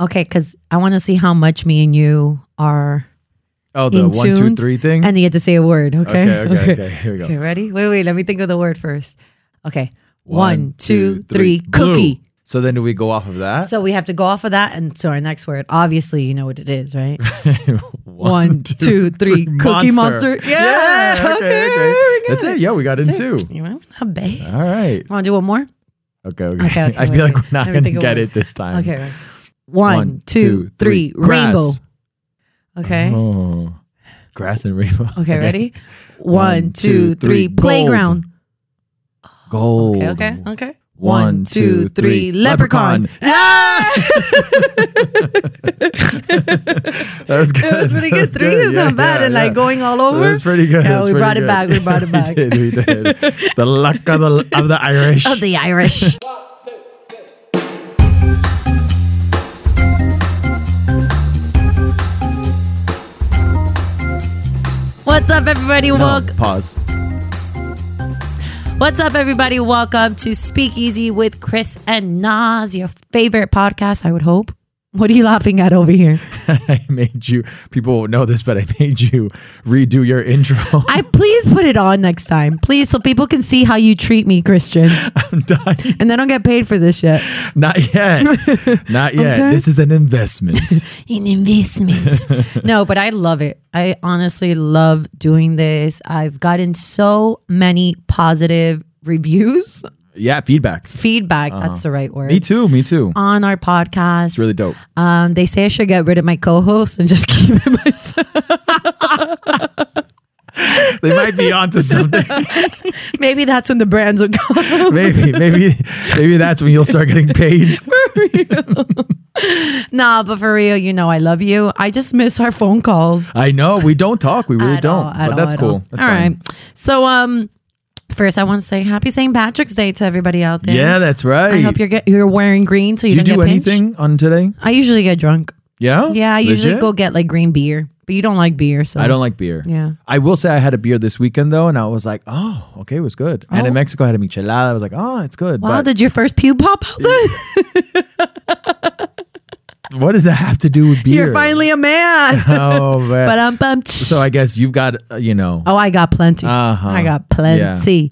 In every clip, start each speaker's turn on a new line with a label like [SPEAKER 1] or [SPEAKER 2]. [SPEAKER 1] Okay, because I want to see how much me and you are,
[SPEAKER 2] Oh, the
[SPEAKER 1] In
[SPEAKER 2] one, two,
[SPEAKER 1] tuned
[SPEAKER 2] three thing.
[SPEAKER 1] and you had to say a word. Okay.
[SPEAKER 2] okay, okay, okay, Here we go.
[SPEAKER 1] Okay, ready? Wait, wait. Let me think of the word first. Okay.
[SPEAKER 2] One, two, three. Blue.
[SPEAKER 1] Cookie.
[SPEAKER 2] So then, do we go off of that?
[SPEAKER 1] So we have to go off of that, and so our next word, obviously, you know what it is, right? One, two, three. Cookie Monster. Yeah.
[SPEAKER 2] Yeah, okay,
[SPEAKER 1] Okay,
[SPEAKER 2] okay.
[SPEAKER 1] we got
[SPEAKER 2] That's it. Yeah, we got in
[SPEAKER 1] That's
[SPEAKER 2] two.
[SPEAKER 1] it. You know, not bad.
[SPEAKER 2] All right.
[SPEAKER 1] Want to do one more?
[SPEAKER 2] Okay. Okay.
[SPEAKER 1] Okay, okay,
[SPEAKER 2] I
[SPEAKER 1] wait,
[SPEAKER 2] feel like
[SPEAKER 1] wait.
[SPEAKER 2] we're not
[SPEAKER 1] Let me
[SPEAKER 2] gonna
[SPEAKER 1] think of
[SPEAKER 2] get
[SPEAKER 1] one.
[SPEAKER 2] it this time.
[SPEAKER 1] Okay. right. One, two, three. Rainbow.
[SPEAKER 2] Grass.
[SPEAKER 1] Okay.
[SPEAKER 2] Oh, grass and rainbow.
[SPEAKER 1] Okay, ready?
[SPEAKER 2] One,
[SPEAKER 1] One, two,
[SPEAKER 2] two, three.
[SPEAKER 1] three.
[SPEAKER 2] Gold.
[SPEAKER 1] Playground.
[SPEAKER 2] Gold.
[SPEAKER 1] Okay, okay, okay.
[SPEAKER 2] One, two, three. Leprechaun.
[SPEAKER 1] Ah!
[SPEAKER 2] That was good.
[SPEAKER 1] It was pretty
[SPEAKER 2] That
[SPEAKER 1] good. Three is
[SPEAKER 2] Yeah,
[SPEAKER 1] not bad.
[SPEAKER 2] yeah,
[SPEAKER 1] and
[SPEAKER 2] yeah.
[SPEAKER 1] like going all over.
[SPEAKER 2] That was pretty good.
[SPEAKER 1] Yeah,
[SPEAKER 2] That's
[SPEAKER 1] we
[SPEAKER 2] pretty
[SPEAKER 1] brought it
[SPEAKER 2] good.
[SPEAKER 1] back. We brought it back.
[SPEAKER 2] we did. We did. The luck of the of the Irish.
[SPEAKER 1] of the Irish. What's up, everybody?
[SPEAKER 2] no,
[SPEAKER 1] Welcome.
[SPEAKER 2] pause.
[SPEAKER 1] What's up, everybody? Welcome to Speakeasy with Chris and Nas, your favorite podcast, I would hope. What are you laughing at over here?
[SPEAKER 2] I made you. People won't know this, but I made you redo your intro.
[SPEAKER 1] I please put it on next time, please, so people can see how you treat me, Christian.
[SPEAKER 2] I'm dying.
[SPEAKER 1] And they don't get paid for this yet.
[SPEAKER 2] Not yet. Not yet.
[SPEAKER 1] Okay.
[SPEAKER 2] This is an investment.
[SPEAKER 1] An investment. no, but I love it. I honestly love doing this. I've gotten so many positive reviews,
[SPEAKER 2] yeah, feedback.
[SPEAKER 1] feedback. That's the right word.
[SPEAKER 2] Me too. Me too.
[SPEAKER 1] On our podcast,
[SPEAKER 2] It's really dope.
[SPEAKER 1] Um, they say I should get rid of my co-host and just keep it myself.
[SPEAKER 2] They might be onto something.
[SPEAKER 1] Maybe that's when the brands would go.
[SPEAKER 2] maybe, maybe, maybe that's when you'll start getting paid.
[SPEAKER 1] nah, but for real, you know I love you. I just miss our phone calls.
[SPEAKER 2] I know we don't talk. We really
[SPEAKER 1] At
[SPEAKER 2] don't.
[SPEAKER 1] all, at
[SPEAKER 2] but
[SPEAKER 1] all,
[SPEAKER 2] that's
[SPEAKER 1] at
[SPEAKER 2] cool.
[SPEAKER 1] all.
[SPEAKER 2] That's
[SPEAKER 1] all
[SPEAKER 2] fine.
[SPEAKER 1] right. So um, first I want to say happy St. Patrick's Day to everybody out there.
[SPEAKER 2] Yeah, that's right.
[SPEAKER 1] I hope you're get, you're wearing green so you
[SPEAKER 2] Do you
[SPEAKER 1] don't
[SPEAKER 2] do
[SPEAKER 1] get pinched.
[SPEAKER 2] anything on today?
[SPEAKER 1] I usually get drunk.
[SPEAKER 2] Yeah.
[SPEAKER 1] Yeah, I usually
[SPEAKER 2] Legit?
[SPEAKER 1] go get like green beer, but you don't like beer, so
[SPEAKER 2] I don't like beer.
[SPEAKER 1] Yeah.
[SPEAKER 2] I will say I had a beer this weekend though, and I was like, oh, okay, it was good. And in
[SPEAKER 1] Oh.
[SPEAKER 2] Mexico, I had a michelada. I was like, oh, it's good.
[SPEAKER 1] Wow,
[SPEAKER 2] but
[SPEAKER 1] did your first pube pop out? then?
[SPEAKER 2] what does that have to do with beer?
[SPEAKER 1] You're finally a man.
[SPEAKER 2] Oh man.
[SPEAKER 1] but um, bum,
[SPEAKER 2] so I guess you've got uh, you know
[SPEAKER 1] Oh, I got plenty.
[SPEAKER 2] Uh-huh.
[SPEAKER 1] I got plenty.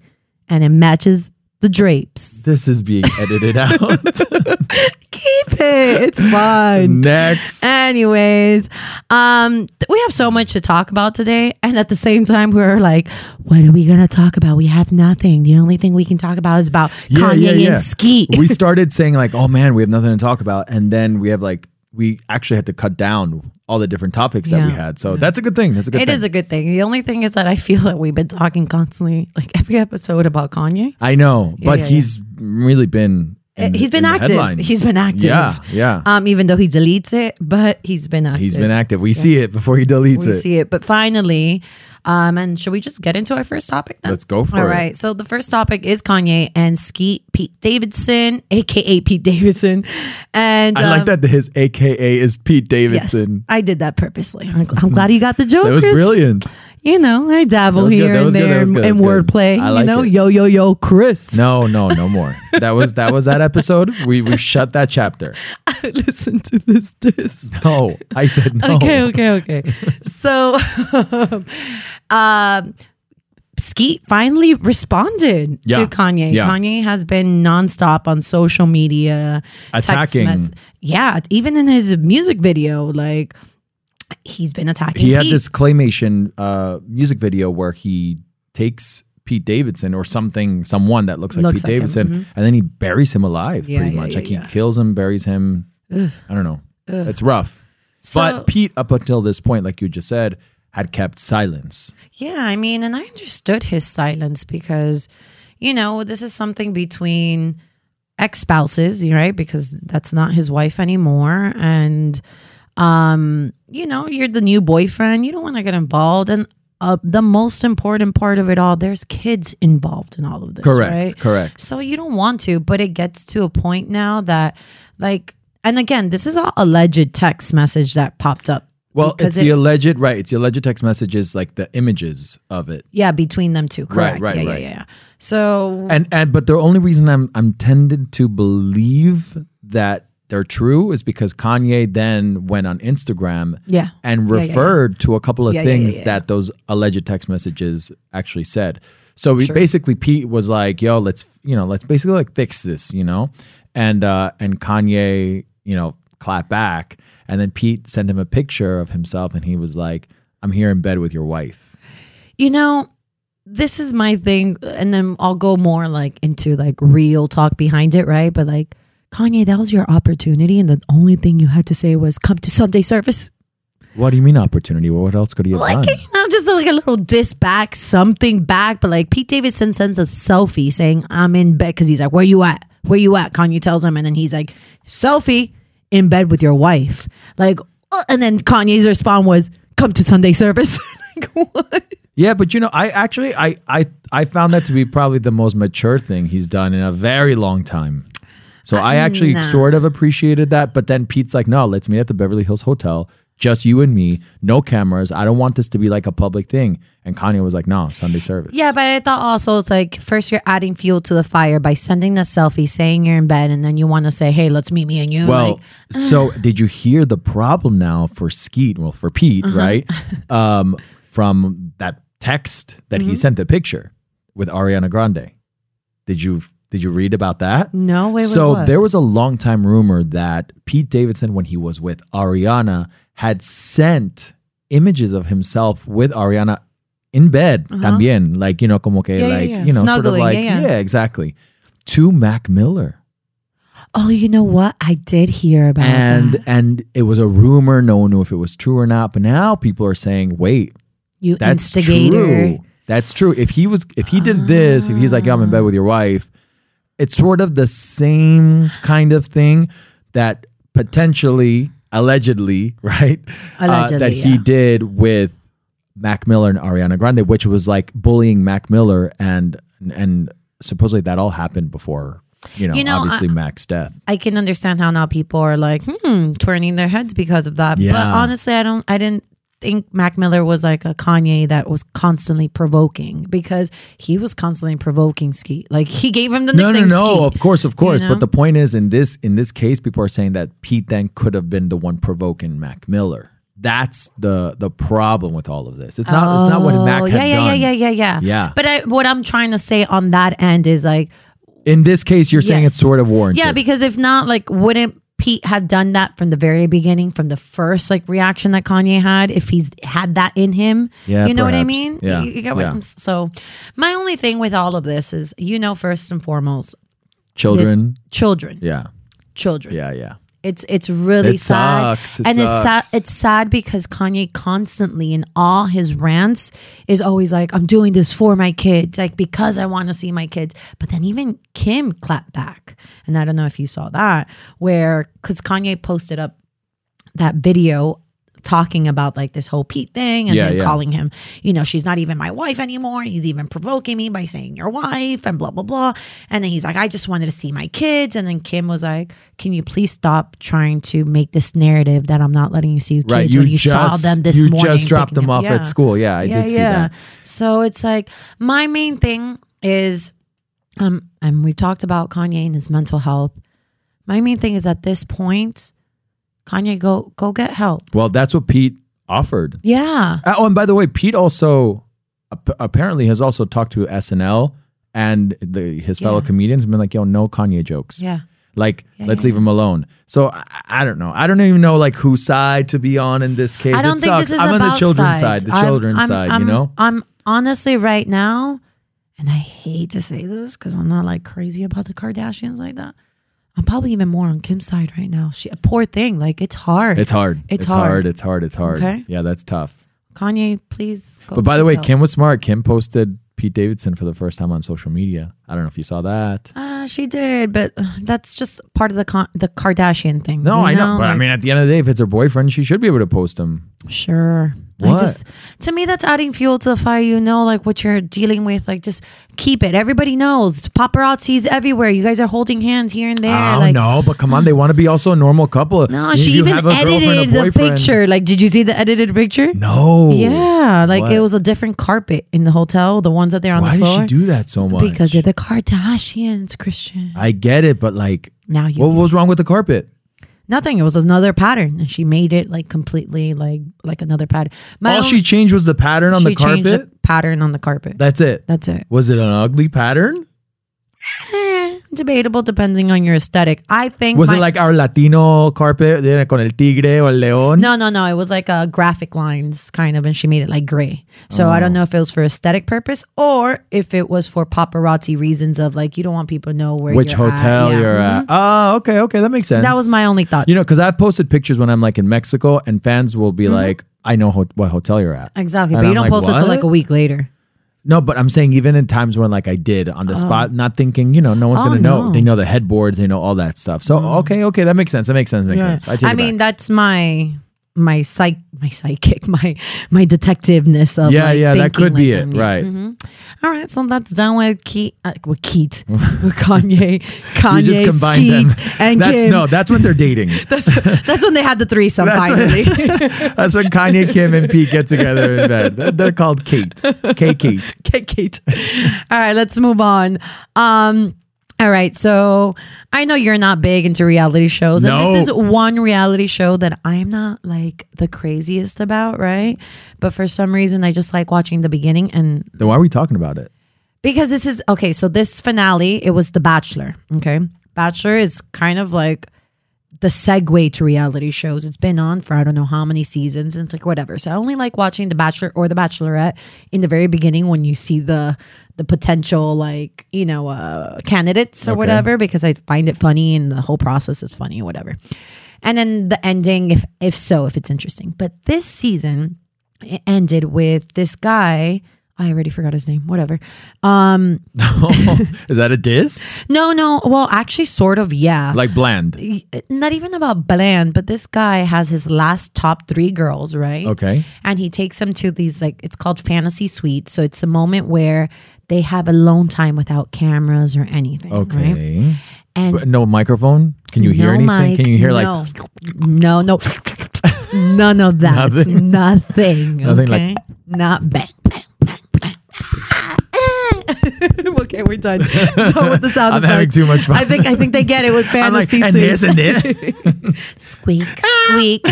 [SPEAKER 1] And it matches the drapes.
[SPEAKER 2] this is being edited out.
[SPEAKER 1] Keep it. It's fine.
[SPEAKER 2] Next.
[SPEAKER 1] Anyways, um, th- we have so much to talk about today. And at the same time, we're like, what are we going to talk about? We have nothing. The only thing we can talk about is about Kanye and Skeet.
[SPEAKER 2] we started saying like, oh man, we have nothing to talk about, and then we have like we actually had to cut down all the different topics that we
[SPEAKER 1] Yeah.
[SPEAKER 2] had. So that's a good thing. That's a good
[SPEAKER 1] It
[SPEAKER 2] thing.
[SPEAKER 1] is a good thing. The only thing is that I feel that we've been talking constantly, like every episode about Kanye.
[SPEAKER 2] I know, but
[SPEAKER 1] yeah, yeah.
[SPEAKER 2] he's really been. in the-
[SPEAKER 1] he's been
[SPEAKER 2] in the
[SPEAKER 1] active.
[SPEAKER 2] headlines.
[SPEAKER 1] He's been active.
[SPEAKER 2] Yeah, yeah.
[SPEAKER 1] Um, even though he deletes it, but he's been active.
[SPEAKER 2] he's been active. We see it before he deletes
[SPEAKER 1] we
[SPEAKER 2] it.
[SPEAKER 1] see it. But finally, um, and should we just get into our first topic then?
[SPEAKER 2] Let's go for
[SPEAKER 1] All
[SPEAKER 2] it.
[SPEAKER 1] right. So the first topic is Kanye and Skeet Pete Davidson, aka Pete Davidson, and
[SPEAKER 2] I like
[SPEAKER 1] um,
[SPEAKER 2] that his AKA is Pete
[SPEAKER 1] Yes,
[SPEAKER 2] Davidson.
[SPEAKER 1] I did that purposely. I'm, gl- I'm glad you got the joke.
[SPEAKER 2] That was
[SPEAKER 1] Chris.
[SPEAKER 2] brilliant.
[SPEAKER 1] You know, I dabble
[SPEAKER 2] That was good,
[SPEAKER 1] here
[SPEAKER 2] that
[SPEAKER 1] and
[SPEAKER 2] was good, that
[SPEAKER 1] there
[SPEAKER 2] was good, that
[SPEAKER 1] in
[SPEAKER 2] was good.
[SPEAKER 1] wordplay.
[SPEAKER 2] I
[SPEAKER 1] you
[SPEAKER 2] like
[SPEAKER 1] know,
[SPEAKER 2] it.
[SPEAKER 1] yo yo yo, Chris.
[SPEAKER 2] No, no, no more. That was that was that episode. We we shut that chapter.
[SPEAKER 1] Listen to this diss.
[SPEAKER 2] No, I said no.
[SPEAKER 1] Okay, okay, okay. so, um, Skeet finally responded
[SPEAKER 2] Yeah,
[SPEAKER 1] to Kanye.
[SPEAKER 2] yeah.
[SPEAKER 1] Kanye has been nonstop on social media text
[SPEAKER 2] Attacking.
[SPEAKER 1] mess- yeah, even in his music video, like he's been attacking.
[SPEAKER 2] he had
[SPEAKER 1] Pete.
[SPEAKER 2] this claymation uh, music video where he takes Pete Davidson or something, someone that looks like
[SPEAKER 1] Looks
[SPEAKER 2] Pete
[SPEAKER 1] like him, Mm-hmm.
[SPEAKER 2] Davidson, and then he buries him alive,
[SPEAKER 1] Yeah,
[SPEAKER 2] pretty
[SPEAKER 1] yeah,
[SPEAKER 2] much.
[SPEAKER 1] yeah,
[SPEAKER 2] like
[SPEAKER 1] yeah.
[SPEAKER 2] he kills him, buries him. I don't know. It's rough.
[SPEAKER 1] So-
[SPEAKER 2] but Pete, up until this point, like you just said, had kept silence.
[SPEAKER 1] Yeah, I mean, and I understood his silence because, you know, this is something between ex spouses, right? Because that's not his wife anymore. And, um, you know, you're the new boyfriend. You don't want to get involved. And uh, the most important part of it all, there's kids involved in all of this.
[SPEAKER 2] Correct,
[SPEAKER 1] Right?
[SPEAKER 2] correct.
[SPEAKER 1] So you don't want to, but it gets to a point now that, like, and again, this is all alleged text message that popped up.
[SPEAKER 2] Well,
[SPEAKER 1] Because
[SPEAKER 2] it's the
[SPEAKER 1] it-
[SPEAKER 2] alleged, right? It's the alleged text messages, like the images of it.
[SPEAKER 1] Yeah, between them two. Correct.
[SPEAKER 2] right,
[SPEAKER 1] yeah,
[SPEAKER 2] right.
[SPEAKER 1] yeah, yeah, yeah. So
[SPEAKER 2] And and but the only reason I'm I'm tended to believe that they're true is because Kanye then went on Instagram
[SPEAKER 1] Yeah.
[SPEAKER 2] and
[SPEAKER 1] Yeah, yeah, yeah.
[SPEAKER 2] referred to a couple of
[SPEAKER 1] Yeah, yeah, yeah,
[SPEAKER 2] things
[SPEAKER 1] yeah.
[SPEAKER 2] that those alleged text messages actually said. So we, basically, Pete was like, "Yo, let's you know, let's basically like fix this, you know," and uh, and Kanye, you know, clap back, and then Pete sent him a picture of himself, and he was like, "I'm here in bed with your wife."
[SPEAKER 1] You know, this is my thing, and then I'll go more like into like real talk behind it, right? But like Kanye, that was your opportunity, and the only thing you had to say was come to Sunday service.
[SPEAKER 2] What do you mean opportunity? What else could he have
[SPEAKER 1] Like
[SPEAKER 2] done?
[SPEAKER 1] you know, just like a little diss back, something back. But like Pete Davidson sends a selfie saying, "I'm in bed," because he's like, "Where you at? Where you at?" Kanye tells him, and then he's like, "Selfie in bed with your wife." Like, uh, and then Kanye's response was, "Come to Sunday service." like what?
[SPEAKER 2] Yeah, but you know, I actually I I I found that to be probably the most mature thing he's done in a very long time. So I actually
[SPEAKER 1] Uh, nah.
[SPEAKER 2] sort of appreciated that, but then Pete's like, "No, let's meet at the Beverly Hills Hotel, just you and me, no cameras. I don't want this to be like a public thing." And Kanye was like, "No, Sunday service."
[SPEAKER 1] Yeah, but I thought also it's like first you're adding fuel to the fire by sending the selfie, saying you're in bed, and then you want to say, "Hey, let's meet me and you."
[SPEAKER 2] Well,
[SPEAKER 1] like, uh.
[SPEAKER 2] so did you hear the problem now for Skeet? Well, for Pete,
[SPEAKER 1] Uh-huh.
[SPEAKER 2] right? Um, from that text that
[SPEAKER 1] Mm-hmm.
[SPEAKER 2] he sent the picture with Ariana Grande. Did you did you read about that?
[SPEAKER 1] no way.
[SPEAKER 2] so
[SPEAKER 1] what?
[SPEAKER 2] there was a long time rumor that Pete Davidson, when he was with Ariana, had sent images of himself with Ariana in bed también, like you know, como que
[SPEAKER 1] Uh-huh. Yeah, yeah,
[SPEAKER 2] like
[SPEAKER 1] yeah.
[SPEAKER 2] you know, sort of
[SPEAKER 1] Snuggling,
[SPEAKER 2] like
[SPEAKER 1] yeah, yeah.
[SPEAKER 2] exactly, to Mac Miller.
[SPEAKER 1] oh, you know what? I did hear about
[SPEAKER 2] And
[SPEAKER 1] that.
[SPEAKER 2] and it was a rumor. No one knew if it was true or not. But now people are saying, wait,
[SPEAKER 1] You Ah.
[SPEAKER 2] that's
[SPEAKER 1] instigator.
[SPEAKER 2] true. That's true. If he was, if he did this, if he's like, "Yeah, I'm in bed with your wife, it's sort of the same kind of thing that potentially, allegedly, right? uh,
[SPEAKER 1] Allegedly,
[SPEAKER 2] that he
[SPEAKER 1] yeah.
[SPEAKER 2] did with Mac Miller and Ariana Grande, which was like bullying Mac Miller, and and supposedly that all happened before, you know,
[SPEAKER 1] You know,
[SPEAKER 2] obviously Mac's death.
[SPEAKER 1] I can understand how now people are like, hmm, turning their heads because of that. But
[SPEAKER 2] Yeah.
[SPEAKER 1] honestly, I don't I didn't think Mac Miller was like a Kanye that was constantly provoking because he was constantly provoking Skeet. Like he gave him the
[SPEAKER 2] No, no,
[SPEAKER 1] nickname
[SPEAKER 2] no.
[SPEAKER 1] Skeet.
[SPEAKER 2] Of course, of course.
[SPEAKER 1] know?
[SPEAKER 2] But the point is, in this in this case, people are saying that Pete then could have been the one provoking Mac Miller. That's the the problem with all of this. It's not it's not what Mac
[SPEAKER 1] Oh,
[SPEAKER 2] had
[SPEAKER 1] yeah, yeah,
[SPEAKER 2] done.
[SPEAKER 1] yeah, yeah, yeah, yeah.
[SPEAKER 2] Yeah.
[SPEAKER 1] But I, what I'm trying to say on that end is like,
[SPEAKER 2] In this case, you're saying it's
[SPEAKER 1] Yes.
[SPEAKER 2] sort of warranted.
[SPEAKER 1] yeah, because if not, like, wouldn't Pete have done that from the very beginning, from the first like reaction that Kanye had, if he's had that in him?
[SPEAKER 2] Yeah,
[SPEAKER 1] you know what I
[SPEAKER 2] perhaps.
[SPEAKER 1] mean?
[SPEAKER 2] Yeah,
[SPEAKER 1] you, you get what
[SPEAKER 2] yeah.
[SPEAKER 1] I'm s- so. My only thing with all of this is, you know, first and foremost, there's
[SPEAKER 2] children.
[SPEAKER 1] children,
[SPEAKER 2] Yeah,
[SPEAKER 1] children.
[SPEAKER 2] yeah, yeah.
[SPEAKER 1] It's it's really
[SPEAKER 2] It
[SPEAKER 1] sad,
[SPEAKER 2] sucks. It
[SPEAKER 1] and it's
[SPEAKER 2] sucks.
[SPEAKER 1] sad. It's sad because Kanye constantly in all his rants is always like, "I'm doing this for my kids, like because I want to see my kids." But then even Kim clapped back, and I don't know if you saw that, where because Kanye posted up that video talking about like this whole Pete thing and
[SPEAKER 2] Yeah,
[SPEAKER 1] him
[SPEAKER 2] yeah.
[SPEAKER 1] calling him, you know, she's not even my wife anymore. He's even provoking me by saying your wife and blah blah blah. And then he's like, I just wanted to see my kids. And then Kim was like, Can you please stop trying to make this narrative that I'm not letting you see your kids
[SPEAKER 2] Right.
[SPEAKER 1] when you
[SPEAKER 2] you just
[SPEAKER 1] saw them this
[SPEAKER 2] you
[SPEAKER 1] morning?
[SPEAKER 2] just dropped
[SPEAKER 1] picking
[SPEAKER 2] them off
[SPEAKER 1] up-
[SPEAKER 2] at
[SPEAKER 1] Yeah.
[SPEAKER 2] school. Yeah, I did see that.
[SPEAKER 1] So it's like my main thing is, um, and we talked about Kanye and his mental health. My main thing is at this point, Kanye, go go get help.
[SPEAKER 2] Well, that's what Pete offered.
[SPEAKER 1] Yeah,
[SPEAKER 2] Oh, and by the way, Pete also ap- apparently has also talked to SNL and the, his fellow
[SPEAKER 1] Yeah.
[SPEAKER 2] comedians and been like, "Yo, no Kanye jokes."
[SPEAKER 1] yeah.
[SPEAKER 2] Like,
[SPEAKER 1] Yeah,
[SPEAKER 2] let's
[SPEAKER 1] yeah.
[SPEAKER 2] leave him alone. So I, I don't know. I don't even know like whose side to be on in this case.
[SPEAKER 1] I don't
[SPEAKER 2] it
[SPEAKER 1] think
[SPEAKER 2] sucks.
[SPEAKER 1] this is
[SPEAKER 2] I'm
[SPEAKER 1] about
[SPEAKER 2] on the children's
[SPEAKER 1] sides.
[SPEAKER 2] side. The
[SPEAKER 1] I'm-
[SPEAKER 2] children's
[SPEAKER 1] I'm-
[SPEAKER 2] side.
[SPEAKER 1] I'm-
[SPEAKER 2] you know.
[SPEAKER 1] I'm honestly right now, and I hate to say this because I'm not like crazy about the Kardashians like that. I'm probably even more on Kim's side right now. She, poor thing, like it's hard.
[SPEAKER 2] It's hard.
[SPEAKER 1] It's
[SPEAKER 2] hard.
[SPEAKER 1] hard.
[SPEAKER 2] It's hard. It's hard.
[SPEAKER 1] Okay.
[SPEAKER 2] Yeah, that's tough.
[SPEAKER 1] Kanye, please. Go
[SPEAKER 2] But by the
[SPEAKER 1] seek
[SPEAKER 2] way,
[SPEAKER 1] help.
[SPEAKER 2] Kim was smart. Kim posted Pete Davidson for the first time on social media. I don't know if you saw that.
[SPEAKER 1] Uh, she did, but uh, that's just part of the con- the Kardashian thing.
[SPEAKER 2] No,
[SPEAKER 1] you
[SPEAKER 2] I know. But I
[SPEAKER 1] like-
[SPEAKER 2] mean, at the end of the day, if it's her boyfriend, she should be able to post him.
[SPEAKER 1] sure.
[SPEAKER 2] What?
[SPEAKER 1] I just to me that's adding fuel to the fire. You know, like what you're dealing with. Like just keep it. Everybody knows paparazzi's everywhere. You guys are holding hands here and there. like
[SPEAKER 2] Oh, no, but come on, they want to be also a normal couple.
[SPEAKER 1] no,
[SPEAKER 2] You-
[SPEAKER 1] she
[SPEAKER 2] you
[SPEAKER 1] even
[SPEAKER 2] have a girlfriend, a
[SPEAKER 1] edited the
[SPEAKER 2] boyfriend.
[SPEAKER 1] picture. Like, did you see the edited picture?
[SPEAKER 2] No.
[SPEAKER 1] Yeah, like
[SPEAKER 2] What?
[SPEAKER 1] it was a different carpet in the hotel. The ones that they're on
[SPEAKER 2] Why
[SPEAKER 1] the
[SPEAKER 2] did
[SPEAKER 1] floor
[SPEAKER 2] she do that so much?
[SPEAKER 1] because they're the Kardashians, Christian.
[SPEAKER 2] I get it, but like,
[SPEAKER 1] Now you
[SPEAKER 2] what was wrong with the carpet?
[SPEAKER 1] Nothing. It was another pattern, and she made it like completely like like another pattern. My
[SPEAKER 2] All
[SPEAKER 1] own-
[SPEAKER 2] she changed was the pattern on
[SPEAKER 1] she
[SPEAKER 2] the
[SPEAKER 1] changed
[SPEAKER 2] carpet.
[SPEAKER 1] pattern on the carpet.
[SPEAKER 2] That's it.
[SPEAKER 1] That's it.
[SPEAKER 2] Was it an ugly pattern?
[SPEAKER 1] Eh, debatable, depending on your aesthetic. I think.
[SPEAKER 2] Was
[SPEAKER 1] my-
[SPEAKER 2] it like our Latino carpet de- con el tigre or el león?
[SPEAKER 1] No, no, no. It was like a graphic lines kind of, and she made it like gray. So I
[SPEAKER 2] Oh.
[SPEAKER 1] don't know if it was for aesthetic purpose or if it was for paparazzi reasons of like you don't want people to know where
[SPEAKER 2] Which
[SPEAKER 1] you're at.
[SPEAKER 2] hotel
[SPEAKER 1] Yeah. Mm-hmm.
[SPEAKER 2] you're at? Oh, okay, okay, that makes sense.
[SPEAKER 1] That was my only thoughts.
[SPEAKER 2] You know, because I've posted pictures when I'm like in Mexico, and fans will be
[SPEAKER 1] Mm-hmm.
[SPEAKER 2] like, "I know ho- what hotel you're at."
[SPEAKER 1] exactly,
[SPEAKER 2] And
[SPEAKER 1] but you
[SPEAKER 2] I'm
[SPEAKER 1] don't
[SPEAKER 2] like,
[SPEAKER 1] post it till like a
[SPEAKER 2] "What?"
[SPEAKER 1] week later.
[SPEAKER 2] No, but I'm saying even in times when like I did on the spot, not thinking, you know, no one's
[SPEAKER 1] Oh,
[SPEAKER 2] gonna know.
[SPEAKER 1] no. Mm-hmm.
[SPEAKER 2] They know the headboards, they know all that stuff. So okay, okay, that makes sense. That makes sense. That makes sense. I take
[SPEAKER 1] I
[SPEAKER 2] it
[SPEAKER 1] mean,
[SPEAKER 2] back.
[SPEAKER 1] that's my my psych my psychic my my detectiveness of
[SPEAKER 2] Yeah,
[SPEAKER 1] like,
[SPEAKER 2] yeah, that
[SPEAKER 1] thinking
[SPEAKER 2] could be
[SPEAKER 1] like
[SPEAKER 2] it,
[SPEAKER 1] them. Yeah.
[SPEAKER 2] right.
[SPEAKER 1] Mhm. All right, so that's done with Keat uh, with Keat with Kanye Kanye
[SPEAKER 2] you just combine
[SPEAKER 1] Skeet,
[SPEAKER 2] them.
[SPEAKER 1] and
[SPEAKER 2] that's
[SPEAKER 1] Kim.
[SPEAKER 2] no, that's when they're dating.
[SPEAKER 1] That's that's when they had the threesome
[SPEAKER 2] That's
[SPEAKER 1] finally.
[SPEAKER 2] that's when Kanye, Kim, and Pete get together in bed. They're- They're called Kate, K Kate.
[SPEAKER 1] Okay, Kate. All right, let's move on. Um, all right, so I know you're not big into reality shows, and this is
[SPEAKER 2] No.
[SPEAKER 1] one reality show that I'm not like the craziest about, right? But for some reason, I just like watching the beginning, and
[SPEAKER 2] Then why are we talking about it?
[SPEAKER 1] because this is okay. So this finale, it was The Bachelor. Okay, Bachelor is kind of like the segue to reality shows. It's been on for I don't know how many seasons and it's like whatever. So I only like watching The Bachelor or The Bachelorette in the very beginning when you see the the potential like you know uh, candidates or whatever because I find it funny and the whole process is funny or whatever. And then the ending, if if so, if it's interesting. But this season it ended with this guy. I already forgot his name. Whatever. Um,
[SPEAKER 2] Is that a diss?
[SPEAKER 1] no, no. Well, actually, sort of. Yeah
[SPEAKER 2] Like bland.
[SPEAKER 1] not even about bland, but this guy has his last top three girls, right?
[SPEAKER 2] Okay.
[SPEAKER 1] And he takes them to these like it's called fantasy suites. So it's a moment where they have alone time without cameras or anything.
[SPEAKER 2] Okay.
[SPEAKER 1] Right? And
[SPEAKER 2] But no microphone? Can you hear
[SPEAKER 1] no
[SPEAKER 2] anything?
[SPEAKER 1] mic,
[SPEAKER 2] Can you hear like
[SPEAKER 1] no. no, no, none of that.
[SPEAKER 2] Nothing?
[SPEAKER 1] Nothing. Nothing.
[SPEAKER 2] Nothing like-
[SPEAKER 1] okay? not bang. bang, bang, bang. okay, we're done. done with the sound
[SPEAKER 2] I'm having
[SPEAKER 1] effects.
[SPEAKER 2] too much fun.
[SPEAKER 1] I think I think they get it with
[SPEAKER 2] I'm like,
[SPEAKER 1] fantasy
[SPEAKER 2] and
[SPEAKER 1] suites.
[SPEAKER 2] this and this.
[SPEAKER 1] squeak, squeak.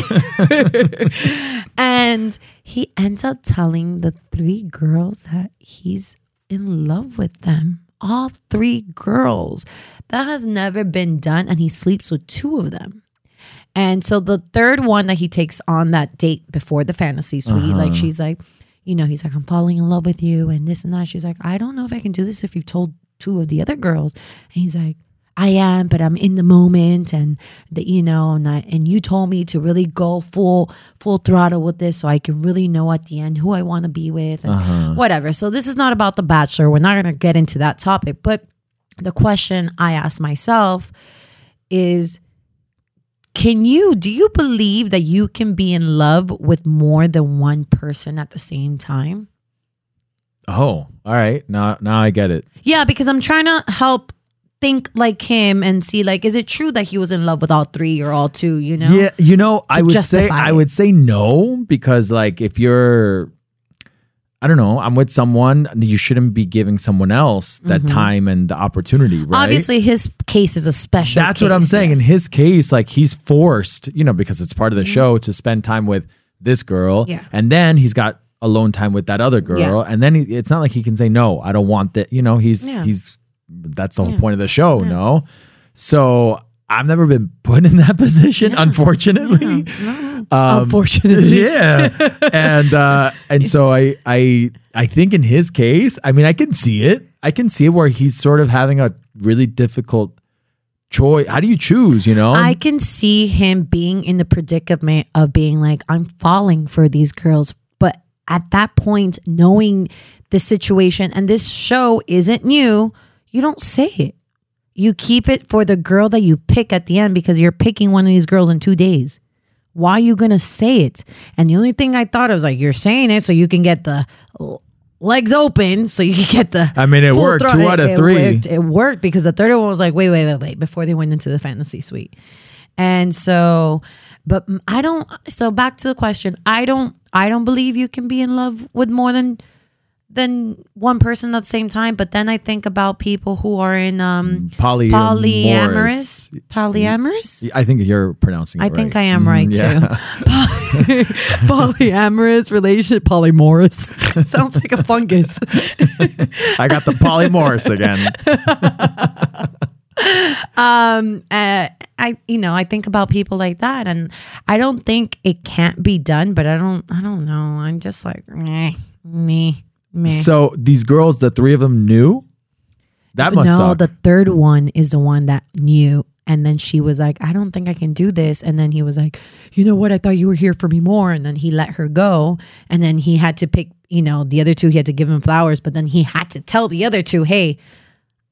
[SPEAKER 1] and he ends up telling the three girls that he's in love with them. All three girls. That has never been done. And he sleeps with two of them. And so the third one that he takes on that date before the fantasy suite, like she's like, you know, he's like, I'm falling in love with you and this and that. She's like, I don't know if I can do this if you told two of the other girls. And he's like, I am, but I'm in the moment and the you know, and I and you told me to really go full full throttle with this so I can really know at the end who I want to be with and whatever. So this is not about the bachelor. We're not gonna get into that topic, but the question I ask myself is can you do you believe that you can be in love with more than one person at the same time
[SPEAKER 2] Oh, all right. Now now I get it.
[SPEAKER 1] yeah because i'm trying to help think like him and see like is it true that he was in love with all three or all two you know
[SPEAKER 2] Yeah, you know, I
[SPEAKER 1] To
[SPEAKER 2] would say
[SPEAKER 1] justify
[SPEAKER 2] I
[SPEAKER 1] it.
[SPEAKER 2] would say no because like if you're I don't know, I'm with someone, you shouldn't be giving someone else that time and the opportunity, right?
[SPEAKER 1] Mm-hmm. obviously his case is a special
[SPEAKER 2] That's what I'm
[SPEAKER 1] case,
[SPEAKER 2] saying. In
[SPEAKER 1] yes.
[SPEAKER 2] his case, like he's forced, you know, because it's part of the show to spend time with this girl.
[SPEAKER 1] Mm-hmm. Yeah.
[SPEAKER 2] And then he's got alone time with that other girl.
[SPEAKER 1] Yeah.
[SPEAKER 2] And then he, it's not like he can say, no, I don't want that. You know, he's,
[SPEAKER 1] Yeah.
[SPEAKER 2] he's, that's the whole point of the show. No. So I've never been put in that position, unfortunately. Um,
[SPEAKER 1] Oh, unfortunately
[SPEAKER 2] yeah. And, uh, and so I, I, I think in his case, I mean, I can see it. I can see it where he's sort of having a really difficult choice. How do you choose? You know,
[SPEAKER 1] I can see him being in the predicament of being like, I'm falling for these girls. But at that point, knowing the situation and this show isn't new, you don't say it. You keep it for the girl that you pick at the end because you're picking one of these girls in two days. Why are you going to say it? And the only thing I thought of was like, you're saying it so you can get the l- legs open, so you can get the.
[SPEAKER 2] I mean, it
[SPEAKER 1] full
[SPEAKER 2] worked.
[SPEAKER 1] throttle.
[SPEAKER 2] Two out of
[SPEAKER 1] It
[SPEAKER 2] three.
[SPEAKER 1] worked. It worked because the third one was like, wait, wait, wait, wait, before they went into the fantasy suite. And so, but m- I don't. So back to the question, I don't. I don't believe you can be in love with more than than one person at the same time. But then I think about people who are in um,
[SPEAKER 2] Poly-
[SPEAKER 1] polyamorous. Polyamorous?
[SPEAKER 2] I think you're pronouncing it
[SPEAKER 1] I
[SPEAKER 2] right. Mm,
[SPEAKER 1] think I am right too. Poly- polyamorous relationship, polymorous. Sounds like a fungus.
[SPEAKER 2] I got the polymorphs again.
[SPEAKER 1] um, uh, I you know I think about people like that, and I don't think it can't be done. But I don't I don't know. I'm just like meh, me me.
[SPEAKER 2] So these girls, the three of them knew? That must
[SPEAKER 1] no,
[SPEAKER 2] suck.
[SPEAKER 1] the third one is the one that knew. And then she was like, I don't think I can do this. And then he was like, You know what? I thought you were here for me more. And then he let her go. And then he had to pick, you know, the other two, he had to give him flowers. But then he had to tell the other two, Hey,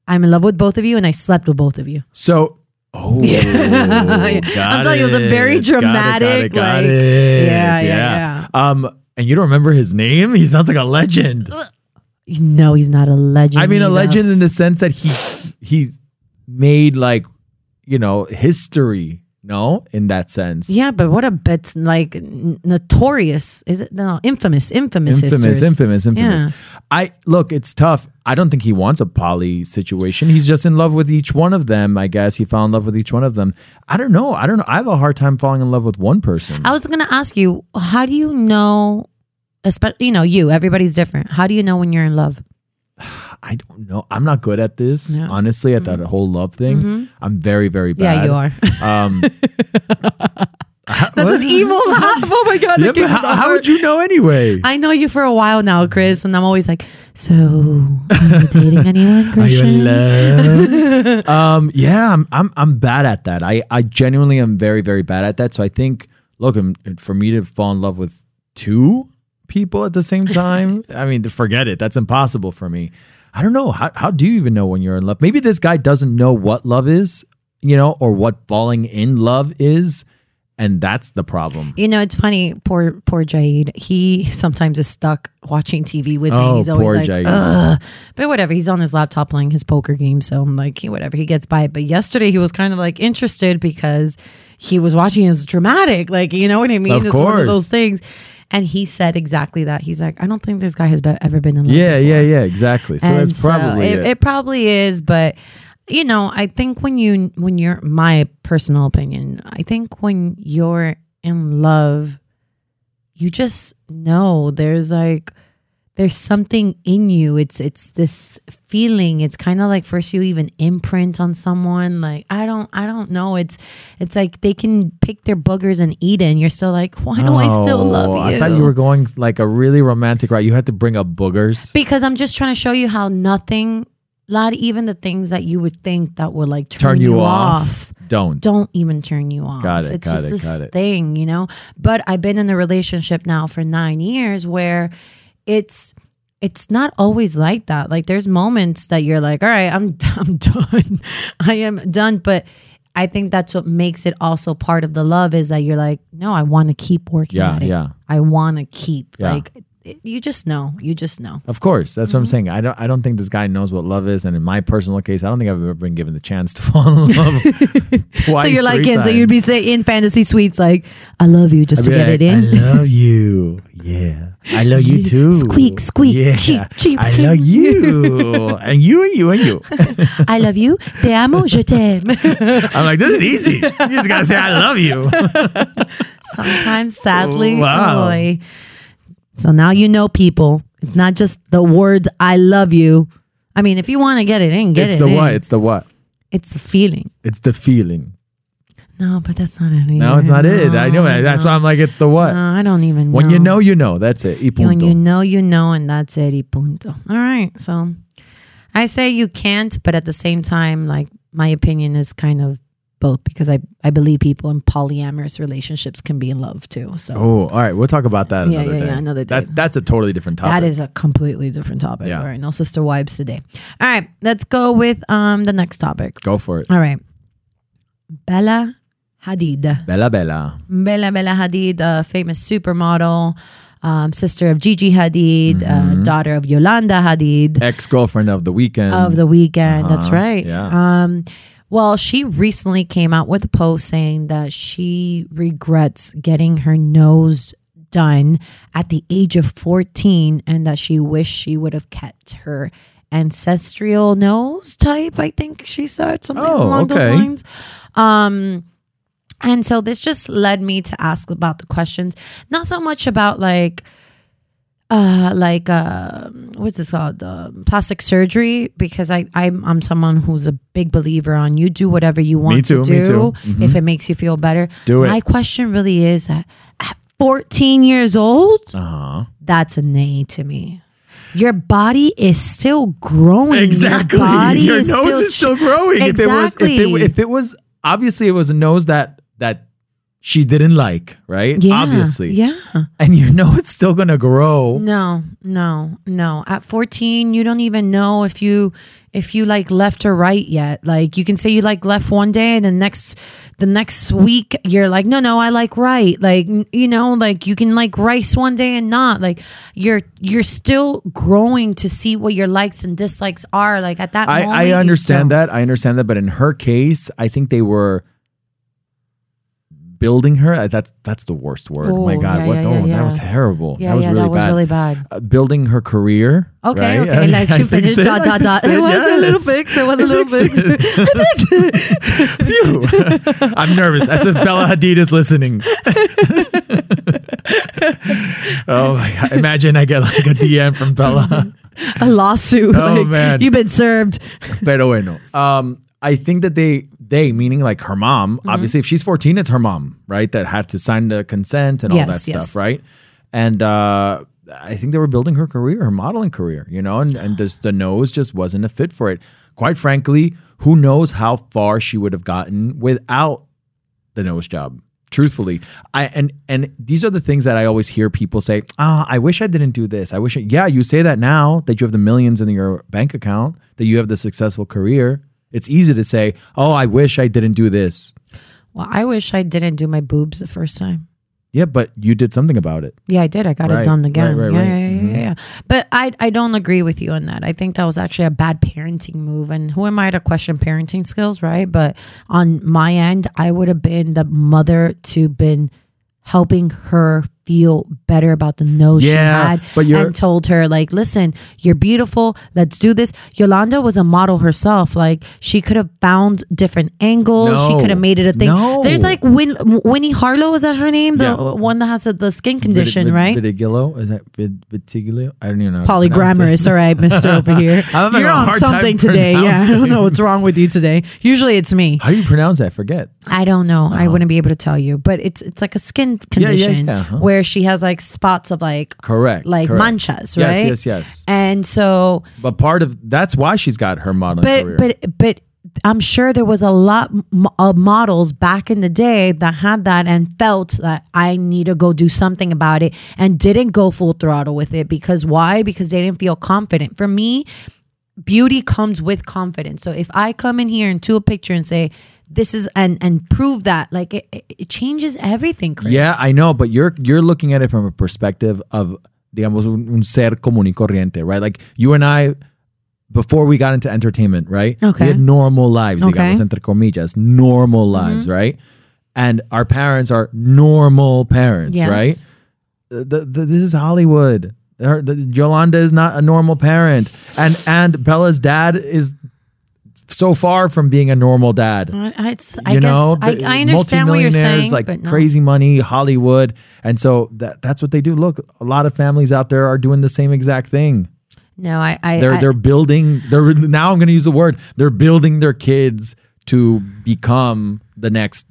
[SPEAKER 1] I'm in love with both of you and I slept with both of you.
[SPEAKER 2] so Oh,
[SPEAKER 1] I'm
[SPEAKER 2] got
[SPEAKER 1] telling you, it was a very
[SPEAKER 2] Got it, got it,
[SPEAKER 1] dramatic,
[SPEAKER 2] got
[SPEAKER 1] like-
[SPEAKER 2] it.
[SPEAKER 1] Yeah, yeah,
[SPEAKER 2] Um, and you don't remember his name? He sounds like a legend.
[SPEAKER 1] No, he's not a legend.
[SPEAKER 2] I mean, a
[SPEAKER 1] He's
[SPEAKER 2] legend in the sense that he he made like you know history. No, in that sense.
[SPEAKER 1] yeah, but what a bit like n- notorious is it? No, infamous, infamous,
[SPEAKER 2] Infamous,
[SPEAKER 1] sisters.
[SPEAKER 2] infamous, infamous.
[SPEAKER 1] Yeah.
[SPEAKER 2] I look, it's tough. I don't think he wants a poly situation. He's just in love with each one of them. I guess he fell in love with each one of them. I don't know. I don't know. I have a hard time falling in love with one person.
[SPEAKER 1] I was gonna ask you, how do you know? Especially, you know, you. Everybody's different. How do you know when you're in love?
[SPEAKER 2] I don't know. I'm not good at this,
[SPEAKER 1] Yeah. Mm-hmm.
[SPEAKER 2] honestly, at that whole love thing. I'm very, very bad.
[SPEAKER 1] Yeah, you are.
[SPEAKER 2] Um,
[SPEAKER 1] That's an evil laugh. Oh my god!
[SPEAKER 2] yeah, but how, how would you know anyway?
[SPEAKER 1] I know you for a while now, Chris, and I'm always like, so are you dating anyone, Christian?
[SPEAKER 2] love? um, yeah, I'm, I'm I'm bad at that. I I genuinely am very very bad at that. So I think, look, um, for me to fall in love with two people at the same time, I mean, forget it. That's impossible for me. I don't know. How how do you even know when you're in love? Maybe this guy doesn't know what love is, you know, or what falling in love is, and that's the problem.
[SPEAKER 1] You know, it's funny. Poor, poor Jaid. He sometimes is stuck watching TV with
[SPEAKER 2] Oh,
[SPEAKER 1] me. He's always
[SPEAKER 2] poor
[SPEAKER 1] like,
[SPEAKER 2] Jaid.
[SPEAKER 1] Ugh. but whatever. He's on his laptop playing his poker game, so I'm like, he, whatever. He gets by it. But yesterday, he was kind of like interested because he was watching. It's dramatic, like you know what I mean.
[SPEAKER 2] Of
[SPEAKER 1] it's one
[SPEAKER 2] course.
[SPEAKER 1] of those things. And he said exactly that. He's like, I don't think this guy has be- ever been in love.
[SPEAKER 2] Yeah,
[SPEAKER 1] before."
[SPEAKER 2] yeah, yeah. Exactly. So
[SPEAKER 1] And
[SPEAKER 2] that's probably
[SPEAKER 1] it,
[SPEAKER 2] it.
[SPEAKER 1] it probably is, but you know, I think when you when you're my personal opinion, I think when you're in love, you just know there's like there's something in you. It's it's this feeling. It's kind of like first you even imprint on someone. Like I don't I don't know. It's it's like they can pick their boogers and eat it, and you're still like, why do I still love
[SPEAKER 2] Oh,
[SPEAKER 1] you?
[SPEAKER 2] I thought you were going like a really romantic route. You had to bring up boogers.
[SPEAKER 1] because I'm just trying to show you how nothing, not even the things that you would think that would like turn,
[SPEAKER 2] Turn you, off. Don't.
[SPEAKER 1] don't even turn you off.
[SPEAKER 2] Got it,
[SPEAKER 1] It's
[SPEAKER 2] got
[SPEAKER 1] just
[SPEAKER 2] it,
[SPEAKER 1] this
[SPEAKER 2] got it.
[SPEAKER 1] thing, you know. But I've been in a relationship now for nine years where it's it's not always like that. Like there's moments that you're like, all right, I'm I'm done. I am done. But I think that's what makes it also part of the love is that you're like, no, I want to keep working
[SPEAKER 2] Yeah,
[SPEAKER 1] at it.
[SPEAKER 2] yeah.
[SPEAKER 1] I want to keep
[SPEAKER 2] Yeah.
[SPEAKER 1] like it- you just know, you just know.
[SPEAKER 2] Of course. That's
[SPEAKER 1] Mm-hmm.
[SPEAKER 2] what I'm saying. I don't I don't think this guy knows what love is. And in my personal case, I don't think I've ever been given the chance to fall in love twice.
[SPEAKER 1] so you're like
[SPEAKER 2] three
[SPEAKER 1] him. So you'd
[SPEAKER 2] times.
[SPEAKER 1] be say in fantasy suites, like, I love you just
[SPEAKER 2] I'd
[SPEAKER 1] to
[SPEAKER 2] be
[SPEAKER 1] get
[SPEAKER 2] like,
[SPEAKER 1] it in.
[SPEAKER 2] I love you. Yeah. I love you too.
[SPEAKER 1] Squeak, squeak, cheep, cheep.
[SPEAKER 2] I love you. and you and you and you.
[SPEAKER 1] I love you. Te amo, je t'aime.
[SPEAKER 2] I'm like, this is easy. You just gotta say I love you.
[SPEAKER 1] Sometimes, sadly,
[SPEAKER 2] Wow.
[SPEAKER 1] boy. So now you know people. It's not just the words "I love you." I mean, if you want to get it in, get
[SPEAKER 2] it's
[SPEAKER 1] it.
[SPEAKER 2] the
[SPEAKER 1] in.
[SPEAKER 2] what? It's the what?
[SPEAKER 1] It's the feeling.
[SPEAKER 2] It's the feeling.
[SPEAKER 1] No, but that's not it.
[SPEAKER 2] No,
[SPEAKER 1] either.
[SPEAKER 2] it's not it. I know it. That's why I'm like, it's the what?
[SPEAKER 1] Ah. No, I don't even.
[SPEAKER 2] when you
[SPEAKER 1] know.
[SPEAKER 2] know, you know. That's it. Y
[SPEAKER 1] When
[SPEAKER 2] punto.
[SPEAKER 1] you know, you know, and that's it. y punto. All right. So I say you can't, but at the same time, like my opinion is kind of both because I, I believe people in polyamorous relationships can be in love too. So
[SPEAKER 2] Oh, all right. We'll talk about that
[SPEAKER 1] Yeah,
[SPEAKER 2] another
[SPEAKER 1] yeah,
[SPEAKER 2] day.
[SPEAKER 1] yeah, another day.
[SPEAKER 2] That's that's a totally different topic.
[SPEAKER 1] that is a completely different topic.
[SPEAKER 2] Yeah.
[SPEAKER 1] All right. No sister wives today. All right. Let's go with um the next topic.
[SPEAKER 2] Go for it.
[SPEAKER 1] All right. Bella Hadid.
[SPEAKER 2] Bella Bella.
[SPEAKER 1] Bella Bella Hadid, a famous supermodel, um, sister of Gigi Hadid, uh,
[SPEAKER 2] Mm-hmm.
[SPEAKER 1] daughter of Yolanda Hadid.
[SPEAKER 2] Ex girlfriend of the weekend.
[SPEAKER 1] of the weekend. That's
[SPEAKER 2] Uh-huh.
[SPEAKER 1] right.
[SPEAKER 2] Yeah.
[SPEAKER 1] Um, well, she recently came out with a post saying that she regrets getting her nose done at the age of 14 and that she wished she would have kept her ancestral nose type. I think she said something
[SPEAKER 2] Oh,
[SPEAKER 1] along
[SPEAKER 2] okay.
[SPEAKER 1] those lines. Um, and so this just led me to ask about the questions, not so much about like, uh, like uh, what's this called? Uh, plastic surgery, because I I'm, I'm someone who's a big believer on you do whatever you want
[SPEAKER 2] too,
[SPEAKER 1] to
[SPEAKER 2] me
[SPEAKER 1] do
[SPEAKER 2] too.
[SPEAKER 1] if it makes you feel better.
[SPEAKER 2] Do it.
[SPEAKER 1] My question really is that at 14 years old,
[SPEAKER 2] Uh-huh.
[SPEAKER 1] that's a nay to me. Your body is still growing.
[SPEAKER 2] Exactly.
[SPEAKER 1] Your, body
[SPEAKER 2] Your
[SPEAKER 1] is
[SPEAKER 2] nose
[SPEAKER 1] still
[SPEAKER 2] is still growing. If it was,
[SPEAKER 1] Exactly.
[SPEAKER 2] if it, if it was obviously it was a nose that that she didn't like, right?
[SPEAKER 1] Yeah,
[SPEAKER 2] obviously.
[SPEAKER 1] Yeah.
[SPEAKER 2] And you know it's still gonna grow.
[SPEAKER 1] No, no, no. At 14, you don't even know if you if you like left or right yet. Like you can say you like left one day and the next the next week you're like, "No, no, I like right." Like, n- you know, like you can like rice one day and not. Like you're you're still growing to see what your likes and dislikes are like at that moment.
[SPEAKER 2] I, I
[SPEAKER 1] you
[SPEAKER 2] understand
[SPEAKER 1] don't.
[SPEAKER 2] that. I understand that. But in her case, I think they were building her. I- That's that's the worst word. oh my
[SPEAKER 1] Oh,
[SPEAKER 2] God,
[SPEAKER 1] yeah,
[SPEAKER 2] what?
[SPEAKER 1] yeah,
[SPEAKER 2] no,
[SPEAKER 1] yeah,
[SPEAKER 2] that
[SPEAKER 1] yeah.
[SPEAKER 2] was terrible.
[SPEAKER 1] Yeah,
[SPEAKER 2] that was
[SPEAKER 1] yeah,
[SPEAKER 2] really
[SPEAKER 1] that was
[SPEAKER 2] bad.
[SPEAKER 1] really bad.
[SPEAKER 2] Uh, building her career.
[SPEAKER 1] Okay,
[SPEAKER 2] right?
[SPEAKER 1] okay. Like
[SPEAKER 2] I
[SPEAKER 1] you
[SPEAKER 2] fixed
[SPEAKER 1] finished dot
[SPEAKER 2] I
[SPEAKER 1] dot dot.
[SPEAKER 2] fixed
[SPEAKER 1] It was a little
[SPEAKER 2] yes.
[SPEAKER 1] fix. It was a
[SPEAKER 2] I
[SPEAKER 1] little
[SPEAKER 2] fixed
[SPEAKER 1] fix.
[SPEAKER 2] it. Phew. I'm nervous. That's if Bella Hadid is listening. oh my god! Imagine I get like a DM from Bella.
[SPEAKER 1] a lawsuit.
[SPEAKER 2] Oh, man.
[SPEAKER 1] You've been served.
[SPEAKER 2] Pero bueno. Um, I think that they they meaning like her mom.
[SPEAKER 1] Mm-hmm.
[SPEAKER 2] Obviously, if she's fourteen, it's her mom, right? That had to sign the consent and all
[SPEAKER 1] Yes,
[SPEAKER 2] that stuff,
[SPEAKER 1] yes.
[SPEAKER 2] right? And uh, I think they were building her career, her modeling career, you know, and and just the nose just wasn't a fit for it. Quite frankly, who knows how far she would have gotten without the nose job. Truthfully, I and and these are the things that I always hear people say. Ah, I wish I didn't do this. I wish. I, yeah, you say that now that you have the millions in your bank account, that you have the successful career. It's easy to say, "Oh, I wish I didn't do this."
[SPEAKER 1] Well, I wish I didn't do my boobs the first time.
[SPEAKER 2] Yeah, but you did something about it.
[SPEAKER 1] Yeah, I did. I got
[SPEAKER 2] Right,
[SPEAKER 1] it done again.
[SPEAKER 2] right, right, Mm-hmm.
[SPEAKER 1] yeah,
[SPEAKER 2] right.
[SPEAKER 1] yeah, yeah, yeah, yeah. But I, I don't agree with you on that. I think that was actually a bad parenting move. And who am I to question parenting skills, right? But on my end, I would have been the mother to been helping her feel better about the nose
[SPEAKER 2] Yeah,
[SPEAKER 1] she had
[SPEAKER 2] but you're-
[SPEAKER 1] and told her like listen you're beautiful let's do this yolanda was a model herself like she could have found different angles
[SPEAKER 2] No.
[SPEAKER 1] she could have made it a thing
[SPEAKER 2] No.
[SPEAKER 1] there's like Win- winnie harlow is that her name the
[SPEAKER 2] Yeah.
[SPEAKER 1] one that has the- the skin condition
[SPEAKER 2] Vit- vit-
[SPEAKER 1] right
[SPEAKER 2] Vitigillo is that vid, vitigillo? I don't even know. how to pronounce
[SPEAKER 1] polygrammar
[SPEAKER 2] it.
[SPEAKER 1] is all right, Mister over here.
[SPEAKER 2] I'm having
[SPEAKER 1] You're
[SPEAKER 2] a
[SPEAKER 1] on
[SPEAKER 2] hard time
[SPEAKER 1] something today. Yeah, I don't know what's
[SPEAKER 2] pronouncing
[SPEAKER 1] wrong with you today. Usually it's me.
[SPEAKER 2] How do you pronounce that? I forget.
[SPEAKER 1] I don't know. I wouldn't be able to tell you, but it's it's like a skin
[SPEAKER 2] Oh. yeah,
[SPEAKER 1] condition
[SPEAKER 2] yeah, uh-huh.
[SPEAKER 1] where she has like spots of like
[SPEAKER 2] Correct.
[SPEAKER 1] like
[SPEAKER 2] correct.
[SPEAKER 1] manchas,
[SPEAKER 2] Yes,
[SPEAKER 1] right?
[SPEAKER 2] yes, yes.
[SPEAKER 1] And so,
[SPEAKER 2] But part of that's why she's got her modeling career.
[SPEAKER 1] but but but I'm sure there was a lot m- of models back in the day that had that and felt that I need to go do something about it and didn't go full throttle with it because why? Because they didn't feel confident. For me, beauty comes with confidence. So if I come in here and do a picture and say this is and and prove that like it, it- it changes everything, Chris.
[SPEAKER 2] Yeah, I know, but you're you're looking at it from a perspective of digamos un, un ser común y corriente, right? Like you and I before we got into entertainment, right?
[SPEAKER 1] Okay.
[SPEAKER 2] We had normal lives,
[SPEAKER 1] Okay. Mm-hmm.
[SPEAKER 2] digamos entre comillas, normal lives, right? And our parents are normal parents,
[SPEAKER 1] Yes.
[SPEAKER 2] right? The, the, this is Hollywood. Her, the, Yolanda is not a normal parent, and and Bella's dad is so far from being a normal dad
[SPEAKER 1] I, I- it's, I
[SPEAKER 2] you
[SPEAKER 1] guess
[SPEAKER 2] know, the-
[SPEAKER 1] I, I understand what you're
[SPEAKER 2] multimillionaires,
[SPEAKER 1] saying,
[SPEAKER 2] like
[SPEAKER 1] but no.
[SPEAKER 2] crazy money, Hollywood, and so that that's what they do. Look, a lot of families out there are doing the same exact thing.
[SPEAKER 1] No, I, I
[SPEAKER 2] They're
[SPEAKER 1] I-
[SPEAKER 2] they're building. They're now I'm going to use the word. They're building their kids to become the next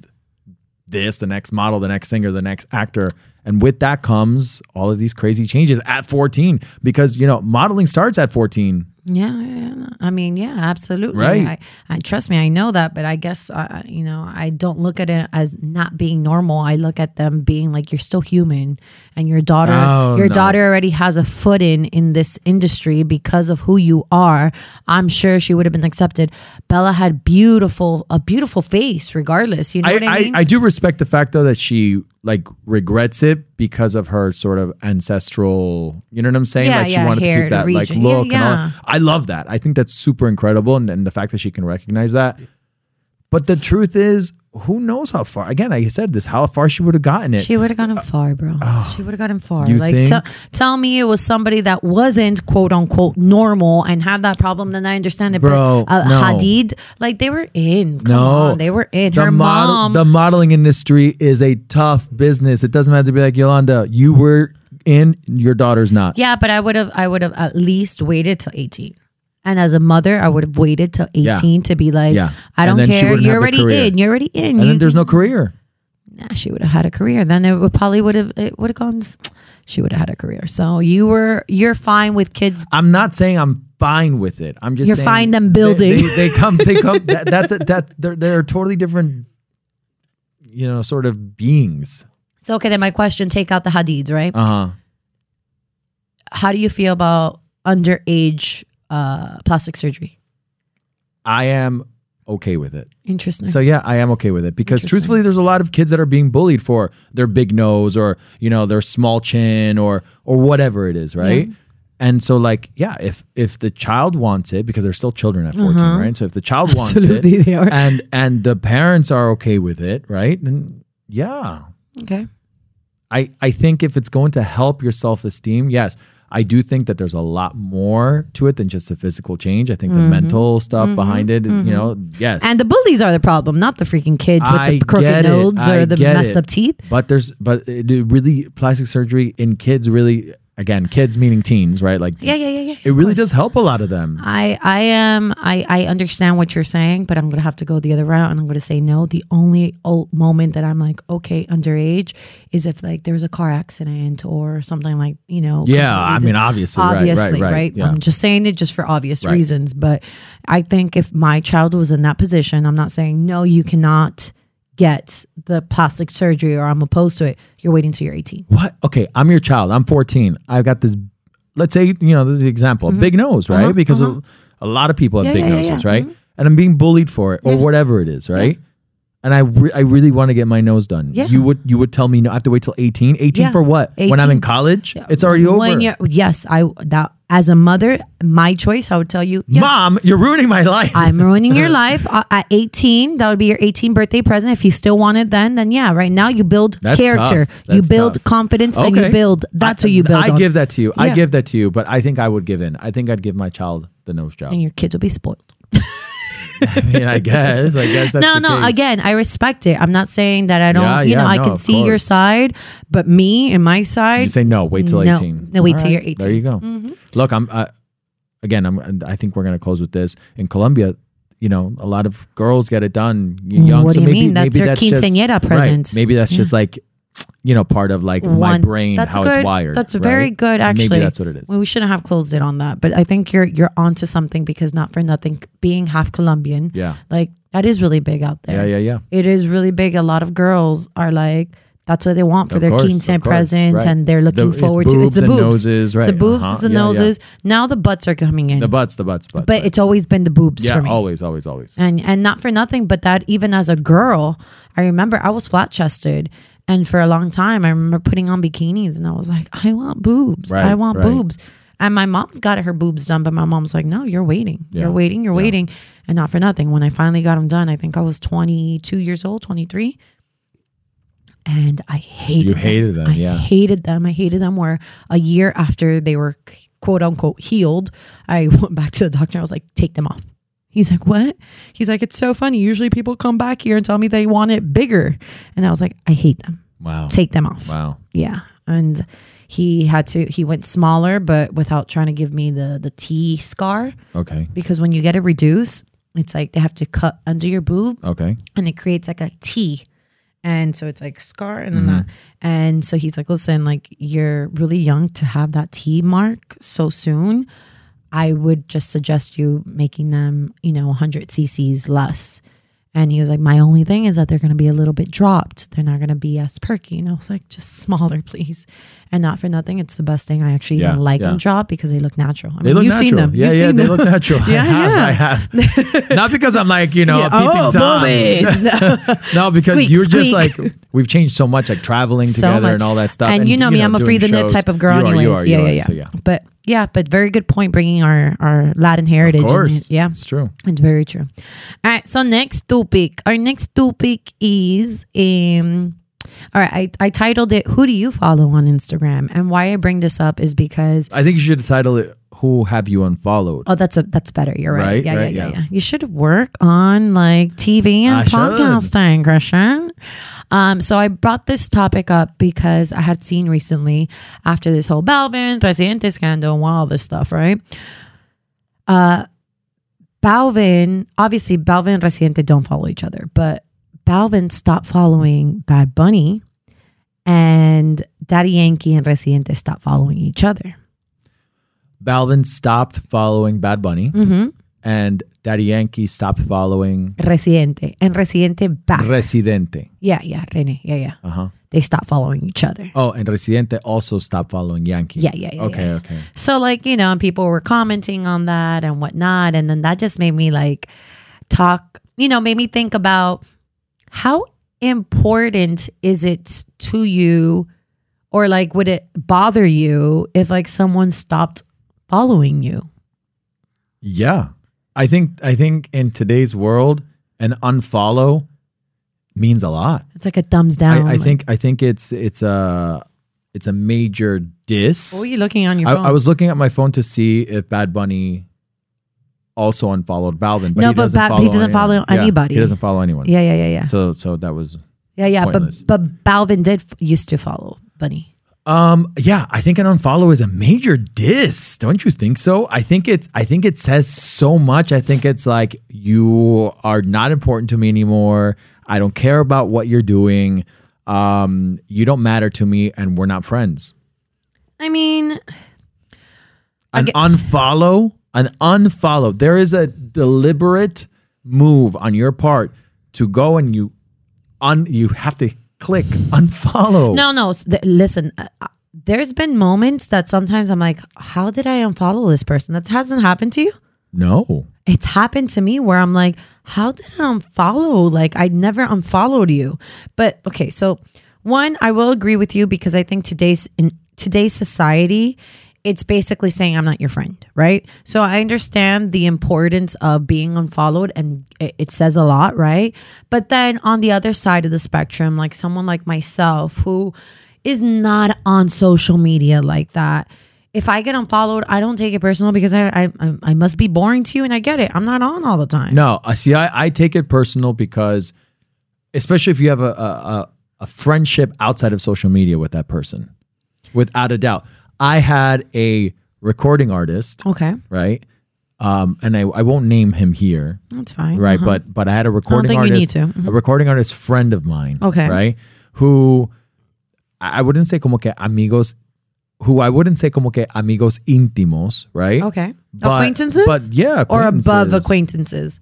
[SPEAKER 2] this, the next model, the next singer, the next actor. And with that comes all of these crazy changes at 14 because you know modeling starts at 14.
[SPEAKER 1] Yeah, yeah, yeah, no. I mean, yeah, absolutely.
[SPEAKER 2] Right.
[SPEAKER 1] I, I trust me. I know that, but I guess uh, you know, I don't look at it as not being normal. I look at them being like you're still human, and your daughter,
[SPEAKER 2] Oh,
[SPEAKER 1] your
[SPEAKER 2] no.
[SPEAKER 1] daughter already has a foot in in this industry because of who you are. I'm sure she would have been accepted. Bella had beautiful a beautiful face, regardless. You know what I
[SPEAKER 2] I,
[SPEAKER 1] mean?
[SPEAKER 2] I, I do respect the fact though that she like regrets it because of her sort of ancestral you know what I'm saying?
[SPEAKER 1] Yeah,
[SPEAKER 2] like she
[SPEAKER 1] yeah,
[SPEAKER 2] wanted to
[SPEAKER 1] hair,
[SPEAKER 2] keep that like
[SPEAKER 1] region. Yeah,
[SPEAKER 2] look and all
[SPEAKER 1] yeah.
[SPEAKER 2] I love that. I think that's super incredible and, and the fact that she can recognize that. But the truth is, who knows how far? Again, I said this, how far she would have gotten it.
[SPEAKER 1] She would have gotten far, bro. she would have gotten far.
[SPEAKER 2] Uh, oh. You
[SPEAKER 1] like,
[SPEAKER 2] think?
[SPEAKER 1] tell- tell me it was somebody that wasn't quote unquote normal and had that problem, then I understand it.
[SPEAKER 2] Bro,
[SPEAKER 1] but uh,
[SPEAKER 2] no.
[SPEAKER 1] Hadid, like they were in. Come
[SPEAKER 2] No.
[SPEAKER 1] on, they were in. Her
[SPEAKER 2] the model,
[SPEAKER 1] mom.
[SPEAKER 2] the modeling industry is a tough business. It doesn't matter to be like Yolanda. You were in, your daughter's not.
[SPEAKER 1] yeah, but I would have. I would have at least waited till eighteen. And as a mother, I would have waited till
[SPEAKER 2] Yeah.
[SPEAKER 1] eighteen to be like,
[SPEAKER 2] Yeah.
[SPEAKER 1] I
[SPEAKER 2] And
[SPEAKER 1] don't
[SPEAKER 2] then she
[SPEAKER 1] care.
[SPEAKER 2] wouldn't
[SPEAKER 1] You're
[SPEAKER 2] have the
[SPEAKER 1] already
[SPEAKER 2] career.
[SPEAKER 1] in. You're already in.
[SPEAKER 2] And
[SPEAKER 1] You-
[SPEAKER 2] then there's no career.
[SPEAKER 1] nah, she would have had a career. Then it would probably would have. It would have gone. She would have had a career. So you were. You're fine with kids
[SPEAKER 2] I'm not saying I'm fine with it. I'm just
[SPEAKER 1] You're
[SPEAKER 2] saying
[SPEAKER 1] fine them building.
[SPEAKER 2] They, they, they come. They come. That, that's it. That they're they're totally different. You know, sort of beings.
[SPEAKER 1] So okay, then my question: Take out the hadids, right?
[SPEAKER 2] Uh huh.
[SPEAKER 1] How do you feel about underage uh, plastic surgery?
[SPEAKER 2] I am okay with it.
[SPEAKER 1] Interesting.
[SPEAKER 2] So yeah, I am okay with it because
[SPEAKER 1] Interesting.
[SPEAKER 2] truthfully, there's a lot of kids that are being bullied for their big nose or you know their small chin or or whatever it is, right? And so like yeah, if if the child wants it because they're still children at 14, right? So if the child
[SPEAKER 1] Uh-huh. Absolutely,
[SPEAKER 2] wants
[SPEAKER 1] they
[SPEAKER 2] it
[SPEAKER 1] are.
[SPEAKER 2] and and the parents are okay with it, right? Then yeah,
[SPEAKER 1] okay,
[SPEAKER 2] I, I think if it's going to help your self esteem, yes, I do think that there's a lot more to it than just the physical change. I think the mental stuff behind it, you know, yes.
[SPEAKER 1] Mm-hmm. and the bullies are the problem, not the freaking kids with
[SPEAKER 2] I
[SPEAKER 1] the crooked
[SPEAKER 2] get it.
[SPEAKER 1] nodes
[SPEAKER 2] I
[SPEAKER 1] or the
[SPEAKER 2] get
[SPEAKER 1] messed
[SPEAKER 2] it.
[SPEAKER 1] up teeth.
[SPEAKER 2] but there's, but it it really, plastic surgery in kids really, again, kids meaning teens, right? Like,
[SPEAKER 1] Yeah, yeah, Uh, yeah, yeah.
[SPEAKER 2] it really does help a lot of them.
[SPEAKER 1] I I am I I understand what you're saying, but I'm gonna have to go the other route, and I'm gonna say no. The only old moment that I'm like okay underage is if like there's a car accident or something like you know.
[SPEAKER 2] Yeah, I
[SPEAKER 1] completely
[SPEAKER 2] mean, obviously, right, right,
[SPEAKER 1] obviously,
[SPEAKER 2] right,
[SPEAKER 1] right? Um,
[SPEAKER 2] yeah.
[SPEAKER 1] I'm just saying it just for obvious
[SPEAKER 2] Right.
[SPEAKER 1] reasons, but I think if my child was in that position, I'm not saying no, you cannot get the plastic surgery or I'm opposed to it. You're waiting till you're 18.
[SPEAKER 2] What? Okay, I'm your child. I'm 14. I've got this, let's say, you know, the example, big nose, right? because A, a lot of people have
[SPEAKER 1] Mm-hmm. Uh-huh, Yeah,
[SPEAKER 2] big
[SPEAKER 1] yeah, yeah,
[SPEAKER 2] noses,
[SPEAKER 1] yeah. Mm-hmm.
[SPEAKER 2] right? And I'm being bullied for it or whatever it is, right? And I, re- I really want to get my nose done.
[SPEAKER 1] Yeah.
[SPEAKER 2] You would you would tell me no, I have to wait till 18? 18
[SPEAKER 1] Yeah,
[SPEAKER 2] for what? When I'm in
[SPEAKER 1] 18.
[SPEAKER 2] college? It's already
[SPEAKER 1] When
[SPEAKER 2] over.
[SPEAKER 1] you're yes, I that as a mother, my choice, I would tell you yes.
[SPEAKER 2] Mom, you're ruining my life.
[SPEAKER 1] I'm ruining your life uh, at 18. That would be your 18 birthday present. If you still want it, then then yeah. Right now, you build
[SPEAKER 2] That's
[SPEAKER 1] character,
[SPEAKER 2] tough.
[SPEAKER 1] you
[SPEAKER 2] That's
[SPEAKER 1] build
[SPEAKER 2] tough.
[SPEAKER 1] confidence, and
[SPEAKER 2] Okay.
[SPEAKER 1] you build. That's what you build.
[SPEAKER 2] I
[SPEAKER 1] on.
[SPEAKER 2] give that to you. I
[SPEAKER 1] Yeah.
[SPEAKER 2] give that to you, but I think I would give in. I think I'd give my child the nose job.
[SPEAKER 1] and your kids will be spoiled.
[SPEAKER 2] I mean, I guess. I guess that's
[SPEAKER 1] no,
[SPEAKER 2] the
[SPEAKER 1] no.
[SPEAKER 2] case.
[SPEAKER 1] Again, I respect it. I'm not saying that I don't.
[SPEAKER 2] Yeah,
[SPEAKER 1] you
[SPEAKER 2] yeah,
[SPEAKER 1] know, I
[SPEAKER 2] no,
[SPEAKER 1] can
[SPEAKER 2] of
[SPEAKER 1] see your
[SPEAKER 2] course.
[SPEAKER 1] side, but me and my
[SPEAKER 2] You
[SPEAKER 1] side.
[SPEAKER 2] say no. Wait till
[SPEAKER 1] No.
[SPEAKER 2] eighteen.
[SPEAKER 1] No, wait
[SPEAKER 2] All
[SPEAKER 1] till you're
[SPEAKER 2] There
[SPEAKER 1] 18.
[SPEAKER 2] you go. Look, I'm uh, again. I'm. and I think we're gonna close with this. In Colombia, you know, a lot of girls get it done y- young.
[SPEAKER 1] Mm, What
[SPEAKER 2] so
[SPEAKER 1] do you
[SPEAKER 2] maybe,
[SPEAKER 1] mean? That's
[SPEAKER 2] maybe
[SPEAKER 1] your
[SPEAKER 2] that's just-
[SPEAKER 1] quinceañera
[SPEAKER 2] right.
[SPEAKER 1] present.
[SPEAKER 2] Maybe that's just like, you know, part of like my
[SPEAKER 1] One-
[SPEAKER 2] brain
[SPEAKER 1] that's
[SPEAKER 2] how
[SPEAKER 1] good.
[SPEAKER 2] it's wired.
[SPEAKER 1] That's
[SPEAKER 2] right?
[SPEAKER 1] very good,
[SPEAKER 2] Maybe
[SPEAKER 1] actually.
[SPEAKER 2] that's what it is.
[SPEAKER 1] Well, we shouldn't have closed it on that, but I think you're you're onto something because not for nothing, being half Colombian,
[SPEAKER 2] Yeah.
[SPEAKER 1] like that is really big out
[SPEAKER 2] Yeah,
[SPEAKER 1] there.
[SPEAKER 2] yeah, yeah.
[SPEAKER 1] It is really big. A lot of girls are like. That's what they want for
[SPEAKER 2] Of
[SPEAKER 1] their
[SPEAKER 2] course,
[SPEAKER 1] quince
[SPEAKER 2] of course,
[SPEAKER 1] present,
[SPEAKER 2] right.
[SPEAKER 1] and they're
[SPEAKER 2] The-
[SPEAKER 1] looking
[SPEAKER 2] it's
[SPEAKER 1] forward to
[SPEAKER 2] boobs
[SPEAKER 1] it's the
[SPEAKER 2] and
[SPEAKER 1] boobs,
[SPEAKER 2] noses,
[SPEAKER 1] it's the
[SPEAKER 2] right.
[SPEAKER 1] boobs,
[SPEAKER 2] Uh-huh.
[SPEAKER 1] it's the
[SPEAKER 2] Yeah, yeah.
[SPEAKER 1] noses. Now the butts are coming in,
[SPEAKER 2] The butts, the butts, butts.
[SPEAKER 1] but
[SPEAKER 2] butts.
[SPEAKER 1] it's always been the boobs
[SPEAKER 2] yeah,
[SPEAKER 1] for me
[SPEAKER 2] always, always, always.
[SPEAKER 1] and and not for nothing but that even as a girl i remember i was flat chested and for a long time i remember putting on bikinis and i was like i want boobs
[SPEAKER 2] Right,
[SPEAKER 1] i want
[SPEAKER 2] right.
[SPEAKER 1] boobs and my mom's got her boobs done but my mom's like no you're waiting
[SPEAKER 2] Yeah,
[SPEAKER 1] you're waiting you're waiting and not for nothing when i finally got them done i think i was 22 years old 23 and i hated
[SPEAKER 2] You
[SPEAKER 1] them.
[SPEAKER 2] hated them,
[SPEAKER 1] I
[SPEAKER 2] yeah.
[SPEAKER 1] hated them. I hated them. Where a year after they were quote unquote healed, I went back to the doctor. I was like, take them off. He's like, what? He's like, it's so funny. Usually people come back here and tell me they want it bigger. And I was like, I hate them.
[SPEAKER 2] Wow,
[SPEAKER 1] Take them off.
[SPEAKER 2] wow.
[SPEAKER 1] Yeah. And he had to, he went smaller, but without trying to give me the, the T scar
[SPEAKER 2] Okay,
[SPEAKER 1] because when you get it reduced, it's like they have to cut under your boob
[SPEAKER 2] okay.
[SPEAKER 1] and it creates like a T. And so it's like scar and then that.
[SPEAKER 2] Mm-hmm.
[SPEAKER 1] And so he's like, listen, like you're really young to have that T mark so soon. I would just suggest you making them, you know, 100 cc's less. And he was like, my only thing is that they're going to be a little bit dropped. They're not going to be as perky. And I was like, just smaller, please. And not for nothing, it's the best thing. I actually
[SPEAKER 2] Yeah,
[SPEAKER 1] even like
[SPEAKER 2] yeah.
[SPEAKER 1] them dropped because they look natural. I
[SPEAKER 2] They look
[SPEAKER 1] you've
[SPEAKER 2] natural.
[SPEAKER 1] seen them.
[SPEAKER 2] Yeah,
[SPEAKER 1] You've
[SPEAKER 2] yeah,
[SPEAKER 1] seen
[SPEAKER 2] they
[SPEAKER 1] them.
[SPEAKER 2] look natural. I
[SPEAKER 1] Yeah,
[SPEAKER 2] have, I have. Not because I'm like, you know, a peeping
[SPEAKER 1] oh,
[SPEAKER 2] Tom.
[SPEAKER 1] boobies.
[SPEAKER 2] No, because
[SPEAKER 1] Squeak,
[SPEAKER 2] you're just
[SPEAKER 1] squeak.
[SPEAKER 2] like we've changed so much, like traveling together
[SPEAKER 1] much.
[SPEAKER 2] and all that stuff.
[SPEAKER 1] And, you know me, I'm a
[SPEAKER 2] doing
[SPEAKER 1] free the nip
[SPEAKER 2] shows.
[SPEAKER 1] type of girl,
[SPEAKER 2] You are,
[SPEAKER 1] anyways.
[SPEAKER 2] you are, you
[SPEAKER 1] yeah,
[SPEAKER 2] are,
[SPEAKER 1] yeah, yeah,
[SPEAKER 2] So yeah,
[SPEAKER 1] But Yeah, but very good point bringing our, our Latin heritage.
[SPEAKER 2] Of
[SPEAKER 1] in
[SPEAKER 2] course.
[SPEAKER 1] it. yeah,
[SPEAKER 2] It's true.
[SPEAKER 1] it's very true. All right, so next topic. Our next topic is um all right, I, I titled it Who Do You Follow on Instagram? And why I bring this up is because
[SPEAKER 2] I think you should title it Who Have You Unfollowed?
[SPEAKER 1] oh that's a that's better. You're right.
[SPEAKER 2] Right,
[SPEAKER 1] yeah,
[SPEAKER 2] right,
[SPEAKER 1] yeah, yeah,
[SPEAKER 2] yeah.
[SPEAKER 1] yeah. You should work on like TV and
[SPEAKER 2] I should.
[SPEAKER 1] podcasting, Christian. Um, so I brought this topic up because I had seen recently after this whole Balvin, Presidente scandal, and all this stuff, right? uh Balvin, obviously Balvin and Residente don't follow each other, but Balvin stopped following Bad Bunny and Daddy Yankee and Residente stopped following each other.
[SPEAKER 2] Balvin stopped following Bad Bunny
[SPEAKER 1] Mm-hmm.
[SPEAKER 2] and Daddy Yankee stopped following
[SPEAKER 1] Residente and Residente back.
[SPEAKER 2] Residente.
[SPEAKER 1] yeah, yeah, Rene. Yeah, yeah.
[SPEAKER 2] Uh-huh.
[SPEAKER 1] They stopped following each other.
[SPEAKER 2] Oh, and Residente also stopped following Yankee.
[SPEAKER 1] Yeah, yeah, yeah.
[SPEAKER 2] Okay,
[SPEAKER 1] yeah.
[SPEAKER 2] okay.
[SPEAKER 1] So, like, you know, and people were commenting on that and whatnot. And then that just made me like talk, you know, made me think about how important is it to you or like would it bother you if like someone stopped following you?
[SPEAKER 2] Yeah. I think I think in today's world, an unfollow means a lot.
[SPEAKER 1] It's like a thumbs
[SPEAKER 2] I,
[SPEAKER 1] down.
[SPEAKER 2] I
[SPEAKER 1] like,
[SPEAKER 2] think I think it's it's a it's a major diss.
[SPEAKER 1] What were you looking on Oh, your
[SPEAKER 2] I,
[SPEAKER 1] phone?
[SPEAKER 2] I was looking at my phone to see if Bad Bunny also unfollowed Balvin, but
[SPEAKER 1] No,
[SPEAKER 2] he
[SPEAKER 1] but
[SPEAKER 2] doesn't
[SPEAKER 1] Bad-
[SPEAKER 2] follow
[SPEAKER 1] he doesn't follow
[SPEAKER 2] anyone. Yeah,
[SPEAKER 1] anybody.
[SPEAKER 2] he doesn't follow anyone.
[SPEAKER 1] yeah, yeah, yeah, yeah.
[SPEAKER 2] So so that was
[SPEAKER 1] Yeah, yeah.
[SPEAKER 2] pointless.
[SPEAKER 1] But but Balvin did f- used to follow Bunny.
[SPEAKER 2] um yeah, I think an unfollow is a major diss. Don't you think so? I think it I think it says so much. I think it's like you are not important to me anymore. I don't care about what you're doing. Um you don't matter to me and we're not friends.
[SPEAKER 1] I mean,
[SPEAKER 2] an unfollow, an unfollow. There is a deliberate move on your part to go and you un you have to click unfollow.
[SPEAKER 1] No, no. s- th- Listen, uh, uh, there's been moments that sometimes I'm like, how did I unfollow this person? That hasn't happened to you.
[SPEAKER 2] No.
[SPEAKER 1] It's happened to me where I'm like, how did I unfollow? Like, I never unfollowed you. But okay, so one, I will agree with you because I think today's in today's society, it's basically saying I'm not your friend, right? So I understand the importance of being unfollowed, and it, it says a lot, right? But then on the other side of the spectrum, like someone like myself who is not on social media like that if I get unfollowed, I don't take it personal because I I, I- I must be boring to you, and I get it. I'm not on all the time.
[SPEAKER 2] No, I see. I, I take it personal because, especially if you have a, a a- a friendship outside of social media with that person, without a doubt. I had a recording artist,
[SPEAKER 1] Okay,
[SPEAKER 2] right? Um, and I, I won't name him here,
[SPEAKER 1] that's fine. Uh-huh.
[SPEAKER 2] right? But but I had a recording
[SPEAKER 1] Mm-hmm. think you
[SPEAKER 2] artist,
[SPEAKER 1] need to. Mm-hmm.
[SPEAKER 2] a recording artist friend of mine,
[SPEAKER 1] Okay.
[SPEAKER 2] right? Who I I wouldn't say como que amigos, who I wouldn't say como que amigos íntimos, right?
[SPEAKER 1] Okay,
[SPEAKER 2] But-
[SPEAKER 1] acquaintances,
[SPEAKER 2] but yeah,
[SPEAKER 1] or above
[SPEAKER 2] acquaintances
[SPEAKER 1] acquaintances.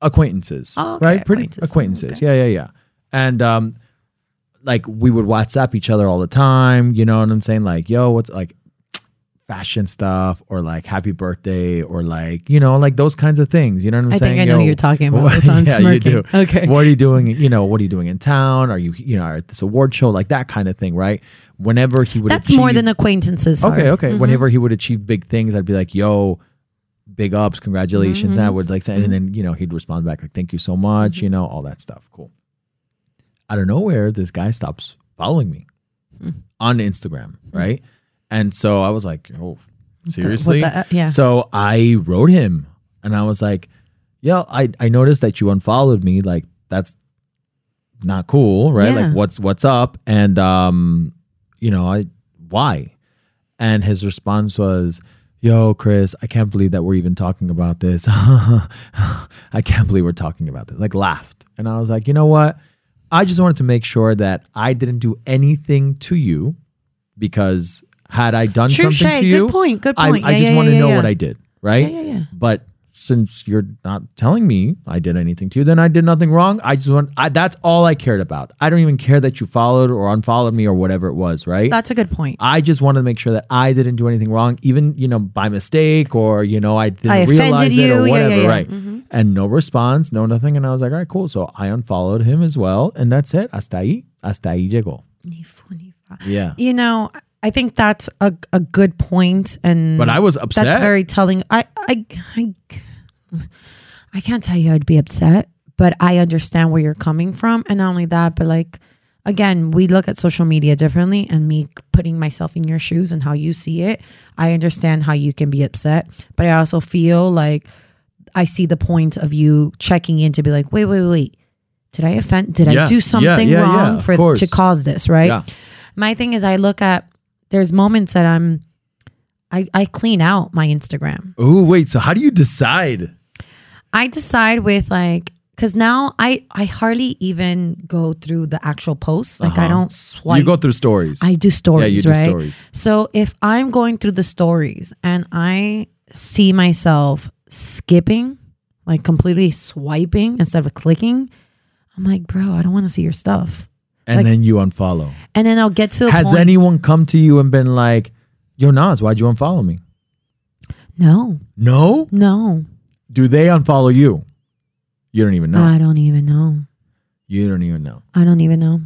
[SPEAKER 2] acquaintances,
[SPEAKER 1] Oh, okay,
[SPEAKER 2] right? Pretty
[SPEAKER 1] acquaintances.
[SPEAKER 2] acquaintances. Yeah, yeah, yeah. And um, like we would WhatsApp each other all the time. You know what I'm saying? Like, yo, what's like fashion stuff or like happy birthday or like you know like those kinds of things. You know what I'm
[SPEAKER 1] I
[SPEAKER 2] saying?
[SPEAKER 1] think I know
[SPEAKER 2] Yo,
[SPEAKER 1] what you're talking about.
[SPEAKER 2] what-
[SPEAKER 1] It sounds
[SPEAKER 2] yeah,
[SPEAKER 1] smirking.
[SPEAKER 2] you do.
[SPEAKER 1] Okay.
[SPEAKER 2] What are you doing? You know, what are you doing in town? Are you you know are at this award show like that kind of thing? Right. Whenever he would
[SPEAKER 1] That's more
[SPEAKER 2] achieve-
[SPEAKER 1] than acquaintances. Mm-hmm. are.
[SPEAKER 2] Okay, okay. Whenever he would achieve big things, I'd be like, "Yo, big ups, congratulations!" And I
[SPEAKER 1] Mm-hmm.
[SPEAKER 2] would like, say, and then you know he'd respond back like, "Thank you so much," you know, all that stuff. Cool. Out of nowhere, this guy stops following me
[SPEAKER 1] Mm.
[SPEAKER 2] on Instagram, right? And so I was like, "Oh, seriously?"
[SPEAKER 1] the- uh, yeah.
[SPEAKER 2] So I wrote him, and I was like, "Yeah, I I noticed that you unfollowed me. Like that's not cool, right?
[SPEAKER 1] Yeah.
[SPEAKER 2] Like what's what's up?" And um, you know, I why? And his response was, Yo, Chris, I can't believe that we're even talking about this. I can't believe we're talking about this. Like, laughed. And I was like, You know what? I just wanted to make sure that I didn't do anything to you because had I done
[SPEAKER 1] Touche.
[SPEAKER 2] something to
[SPEAKER 1] Good
[SPEAKER 2] you,
[SPEAKER 1] point, good
[SPEAKER 2] I-
[SPEAKER 1] point.
[SPEAKER 2] I,
[SPEAKER 1] Yeah,
[SPEAKER 2] just
[SPEAKER 1] yeah,
[SPEAKER 2] want to
[SPEAKER 1] yeah,
[SPEAKER 2] know
[SPEAKER 1] yeah.
[SPEAKER 2] what I did, right?
[SPEAKER 1] Yeah, yeah, yeah.
[SPEAKER 2] But since you're not telling me I did anything to you, then I did nothing wrong. I just want, I, that's all I cared about. I don't even care that you followed or unfollowed me or whatever it was, right?
[SPEAKER 1] That's a good point.
[SPEAKER 2] I just wanted to make sure that I didn't do anything wrong, even you know by mistake or you know I didn't
[SPEAKER 1] I offended
[SPEAKER 2] realize
[SPEAKER 1] you.
[SPEAKER 2] it
[SPEAKER 1] Yeah,
[SPEAKER 2] or
[SPEAKER 1] yeah,
[SPEAKER 2] whatever,
[SPEAKER 1] yeah. Mm-hmm.
[SPEAKER 2] right? And no response, no nothing, and I was like, all right, cool. So I unfollowed him as well, and that's it. Hasta ahí, hasta ahí llegó.
[SPEAKER 1] Ni fu ni fa.
[SPEAKER 2] Yeah,
[SPEAKER 1] You know, I I think that's a, a good point, and
[SPEAKER 2] But I was upset.
[SPEAKER 1] that's very telling. I, I I I can't tell you I'd be upset, but I understand where you're coming from, and not only that, but like again, we look at social media differently, and me putting myself in your shoes and how you see it, I understand how you can be upset, but I also feel like I see the point of you checking in to be like, wait, wait, wait, did I offend? Did
[SPEAKER 2] Yeah,
[SPEAKER 1] I do
[SPEAKER 2] yeah,
[SPEAKER 1] something
[SPEAKER 2] yeah, yeah,
[SPEAKER 1] wrong
[SPEAKER 2] of
[SPEAKER 1] for
[SPEAKER 2] course.
[SPEAKER 1] to cause this? Right.
[SPEAKER 2] Yeah.
[SPEAKER 1] My thing is, I look at there's moments that I'm, I I clean out my Instagram.
[SPEAKER 2] Oh wait, so how do you decide?
[SPEAKER 1] I decide with like because now I I hardly even go through the actual posts. Like I
[SPEAKER 2] Uh-huh.
[SPEAKER 1] don't swipe.
[SPEAKER 2] you go through stories.
[SPEAKER 1] I do stories,
[SPEAKER 2] yeah, you do
[SPEAKER 1] right?
[SPEAKER 2] stories.
[SPEAKER 1] So if I'm going through the stories and I see myself skipping, like completely swiping instead of clicking, I'm like, bro, I don't want to see your stuff.
[SPEAKER 2] And then you unfollow.
[SPEAKER 1] And then I'll get to a
[SPEAKER 2] Has
[SPEAKER 1] point.
[SPEAKER 2] anyone come to you and been like, "Yo, Nas, why'd you unfollow me?"
[SPEAKER 1] no,
[SPEAKER 2] No.
[SPEAKER 1] no,
[SPEAKER 2] Do they unfollow you? You don't even know.
[SPEAKER 1] I don't even know.
[SPEAKER 2] you don't even know.
[SPEAKER 1] I don't even know.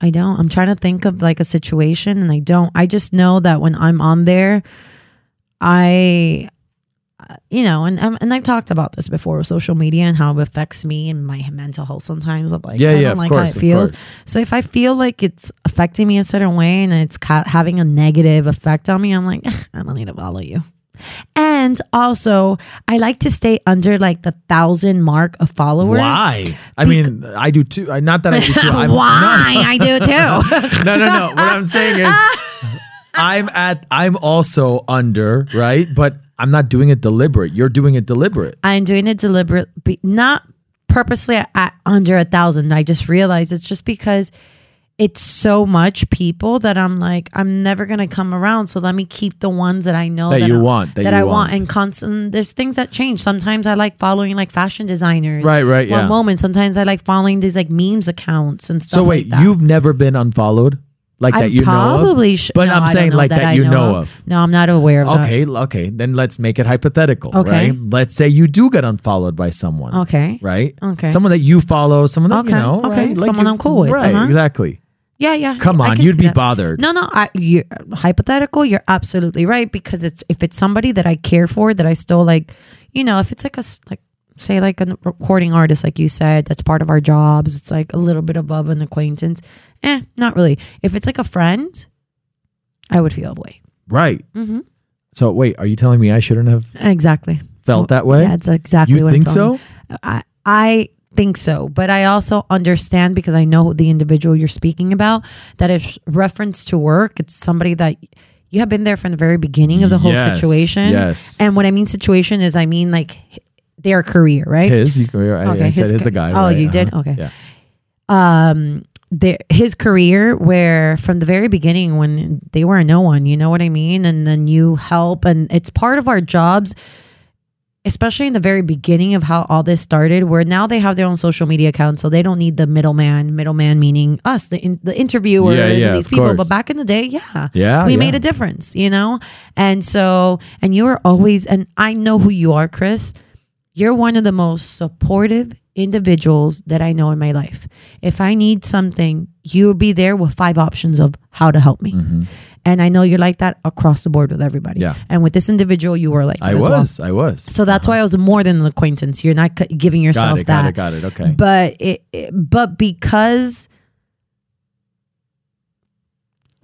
[SPEAKER 1] I don't. I'm trying to think of like a situation and I don't. I just know that when I'm on there, I, uh, you know, and and I've talked about this before with social media and how it affects me and my mental health sometimes. I'm like,
[SPEAKER 2] Yeah,
[SPEAKER 1] I
[SPEAKER 2] yeah,
[SPEAKER 1] don't
[SPEAKER 2] of
[SPEAKER 1] like
[SPEAKER 2] course,
[SPEAKER 1] how
[SPEAKER 2] of
[SPEAKER 1] it feels.
[SPEAKER 2] course.
[SPEAKER 1] So if I feel like it's affecting me a certain way and it's ca- having a negative effect on me, I'm like, I don't need to follow you. And also, I like to stay under like the thousand mark of followers.
[SPEAKER 2] Why? I mean, I do too. I- Not that I do too. I'm,
[SPEAKER 1] Why? I do too.
[SPEAKER 2] no, no, no. What I'm saying is, I'm at. I'm also under right, but I'm not doing it deliberate. You're doing it deliberate.
[SPEAKER 1] I'm doing it deliberate, be- not purposely at, at under a thousand. I just realized it's just because it's so much people that I'm like, I'm never gonna come around. So let me keep the ones that I know
[SPEAKER 2] That you
[SPEAKER 1] I'm-
[SPEAKER 2] want, that
[SPEAKER 1] that,
[SPEAKER 2] you
[SPEAKER 1] I want.
[SPEAKER 2] want.
[SPEAKER 1] and constant. There's things that change. Sometimes I like following like fashion designers,
[SPEAKER 2] Right, right,
[SPEAKER 1] One
[SPEAKER 2] yeah.
[SPEAKER 1] moment. Sometimes I like following these like memes accounts and stuff.
[SPEAKER 2] So wait,
[SPEAKER 1] like that.
[SPEAKER 2] you've never been unfollowed like
[SPEAKER 1] I
[SPEAKER 2] that you
[SPEAKER 1] probably
[SPEAKER 2] know of.
[SPEAKER 1] should.
[SPEAKER 2] but
[SPEAKER 1] no, I
[SPEAKER 2] I'm
[SPEAKER 1] don't
[SPEAKER 2] saying
[SPEAKER 1] know
[SPEAKER 2] like that,
[SPEAKER 1] I
[SPEAKER 2] you know of.
[SPEAKER 1] No, I'm not aware of that.
[SPEAKER 2] Okay, okay. Then let's make it hypothetical,
[SPEAKER 1] Okay.
[SPEAKER 2] right? Let's say you do get unfollowed by someone,
[SPEAKER 1] Okay.
[SPEAKER 2] right?
[SPEAKER 1] Okay.
[SPEAKER 2] Someone that you follow, someone that you
[SPEAKER 1] Okay,
[SPEAKER 2] know,
[SPEAKER 1] okay.
[SPEAKER 2] right?
[SPEAKER 1] Someone
[SPEAKER 2] you-
[SPEAKER 1] I'm cool with,
[SPEAKER 2] Right,
[SPEAKER 1] uh-huh.
[SPEAKER 2] exactly.
[SPEAKER 1] Yeah, yeah.
[SPEAKER 2] Come
[SPEAKER 1] I
[SPEAKER 2] on,
[SPEAKER 1] can
[SPEAKER 2] you'd
[SPEAKER 1] see
[SPEAKER 2] be
[SPEAKER 1] that.
[SPEAKER 2] bothered.
[SPEAKER 1] No, no, I, you hypothetical. You're absolutely right because it's if it's somebody that I care for that I still like, you know, if it's like a s- like say like a recording artist like you said that's part of our jobs. It's like a little bit above an acquaintance. Eh, not really. If it's like a friend, I would feel a way.
[SPEAKER 2] Right.
[SPEAKER 1] Mm-hmm.
[SPEAKER 2] So wait, are you telling me I shouldn't have
[SPEAKER 1] Exactly.
[SPEAKER 2] felt that way?
[SPEAKER 1] Yeah, that's exactly.
[SPEAKER 2] you
[SPEAKER 1] what I'm
[SPEAKER 2] think
[SPEAKER 1] telling
[SPEAKER 2] so?
[SPEAKER 1] I I think so, but I also understand because I know the individual you're speaking about that if reference to work, it's somebody that you have been there from the very beginning of the whole
[SPEAKER 2] Yes,
[SPEAKER 1] situation.
[SPEAKER 2] yes.
[SPEAKER 1] And what I mean situation is I mean like h- their career, right?
[SPEAKER 2] His, you, I, I
[SPEAKER 1] Okay,
[SPEAKER 2] said
[SPEAKER 1] his
[SPEAKER 2] his
[SPEAKER 1] ca-
[SPEAKER 2] a guy.
[SPEAKER 1] oh,
[SPEAKER 2] right? Uh-huh.
[SPEAKER 1] you did? Okay.
[SPEAKER 2] Yeah.
[SPEAKER 1] um their his career where from the very beginning when they were no one you know what i mean and then you help and it's part of our jobs especially in the very beginning of how all this started where now they have their own social media account so they don't need the middleman middleman meaning us the, in, the interviewers
[SPEAKER 2] Yeah, yeah,
[SPEAKER 1] and these
[SPEAKER 2] of
[SPEAKER 1] people
[SPEAKER 2] course.
[SPEAKER 1] but back in the day yeah
[SPEAKER 2] Yeah,
[SPEAKER 1] we
[SPEAKER 2] Oh, yeah.
[SPEAKER 1] made a difference you know and so and you were always and i know who you are chris you're one of the most supportive individuals that I know in my life. If I need something, you'll be there with five options of how to help me. And I know you're like that across the board with everybody.
[SPEAKER 2] Mm. Mm-hmm. Yeah.
[SPEAKER 1] And with this individual, you were like that
[SPEAKER 2] I
[SPEAKER 1] as
[SPEAKER 2] was,
[SPEAKER 1] well.
[SPEAKER 2] I was.
[SPEAKER 1] So that's why I was more than an acquaintance. You're not c- giving
[SPEAKER 2] Got
[SPEAKER 1] yourself
[SPEAKER 2] it,
[SPEAKER 1] that
[SPEAKER 2] got it, got it. Okay.
[SPEAKER 1] but it, it- but because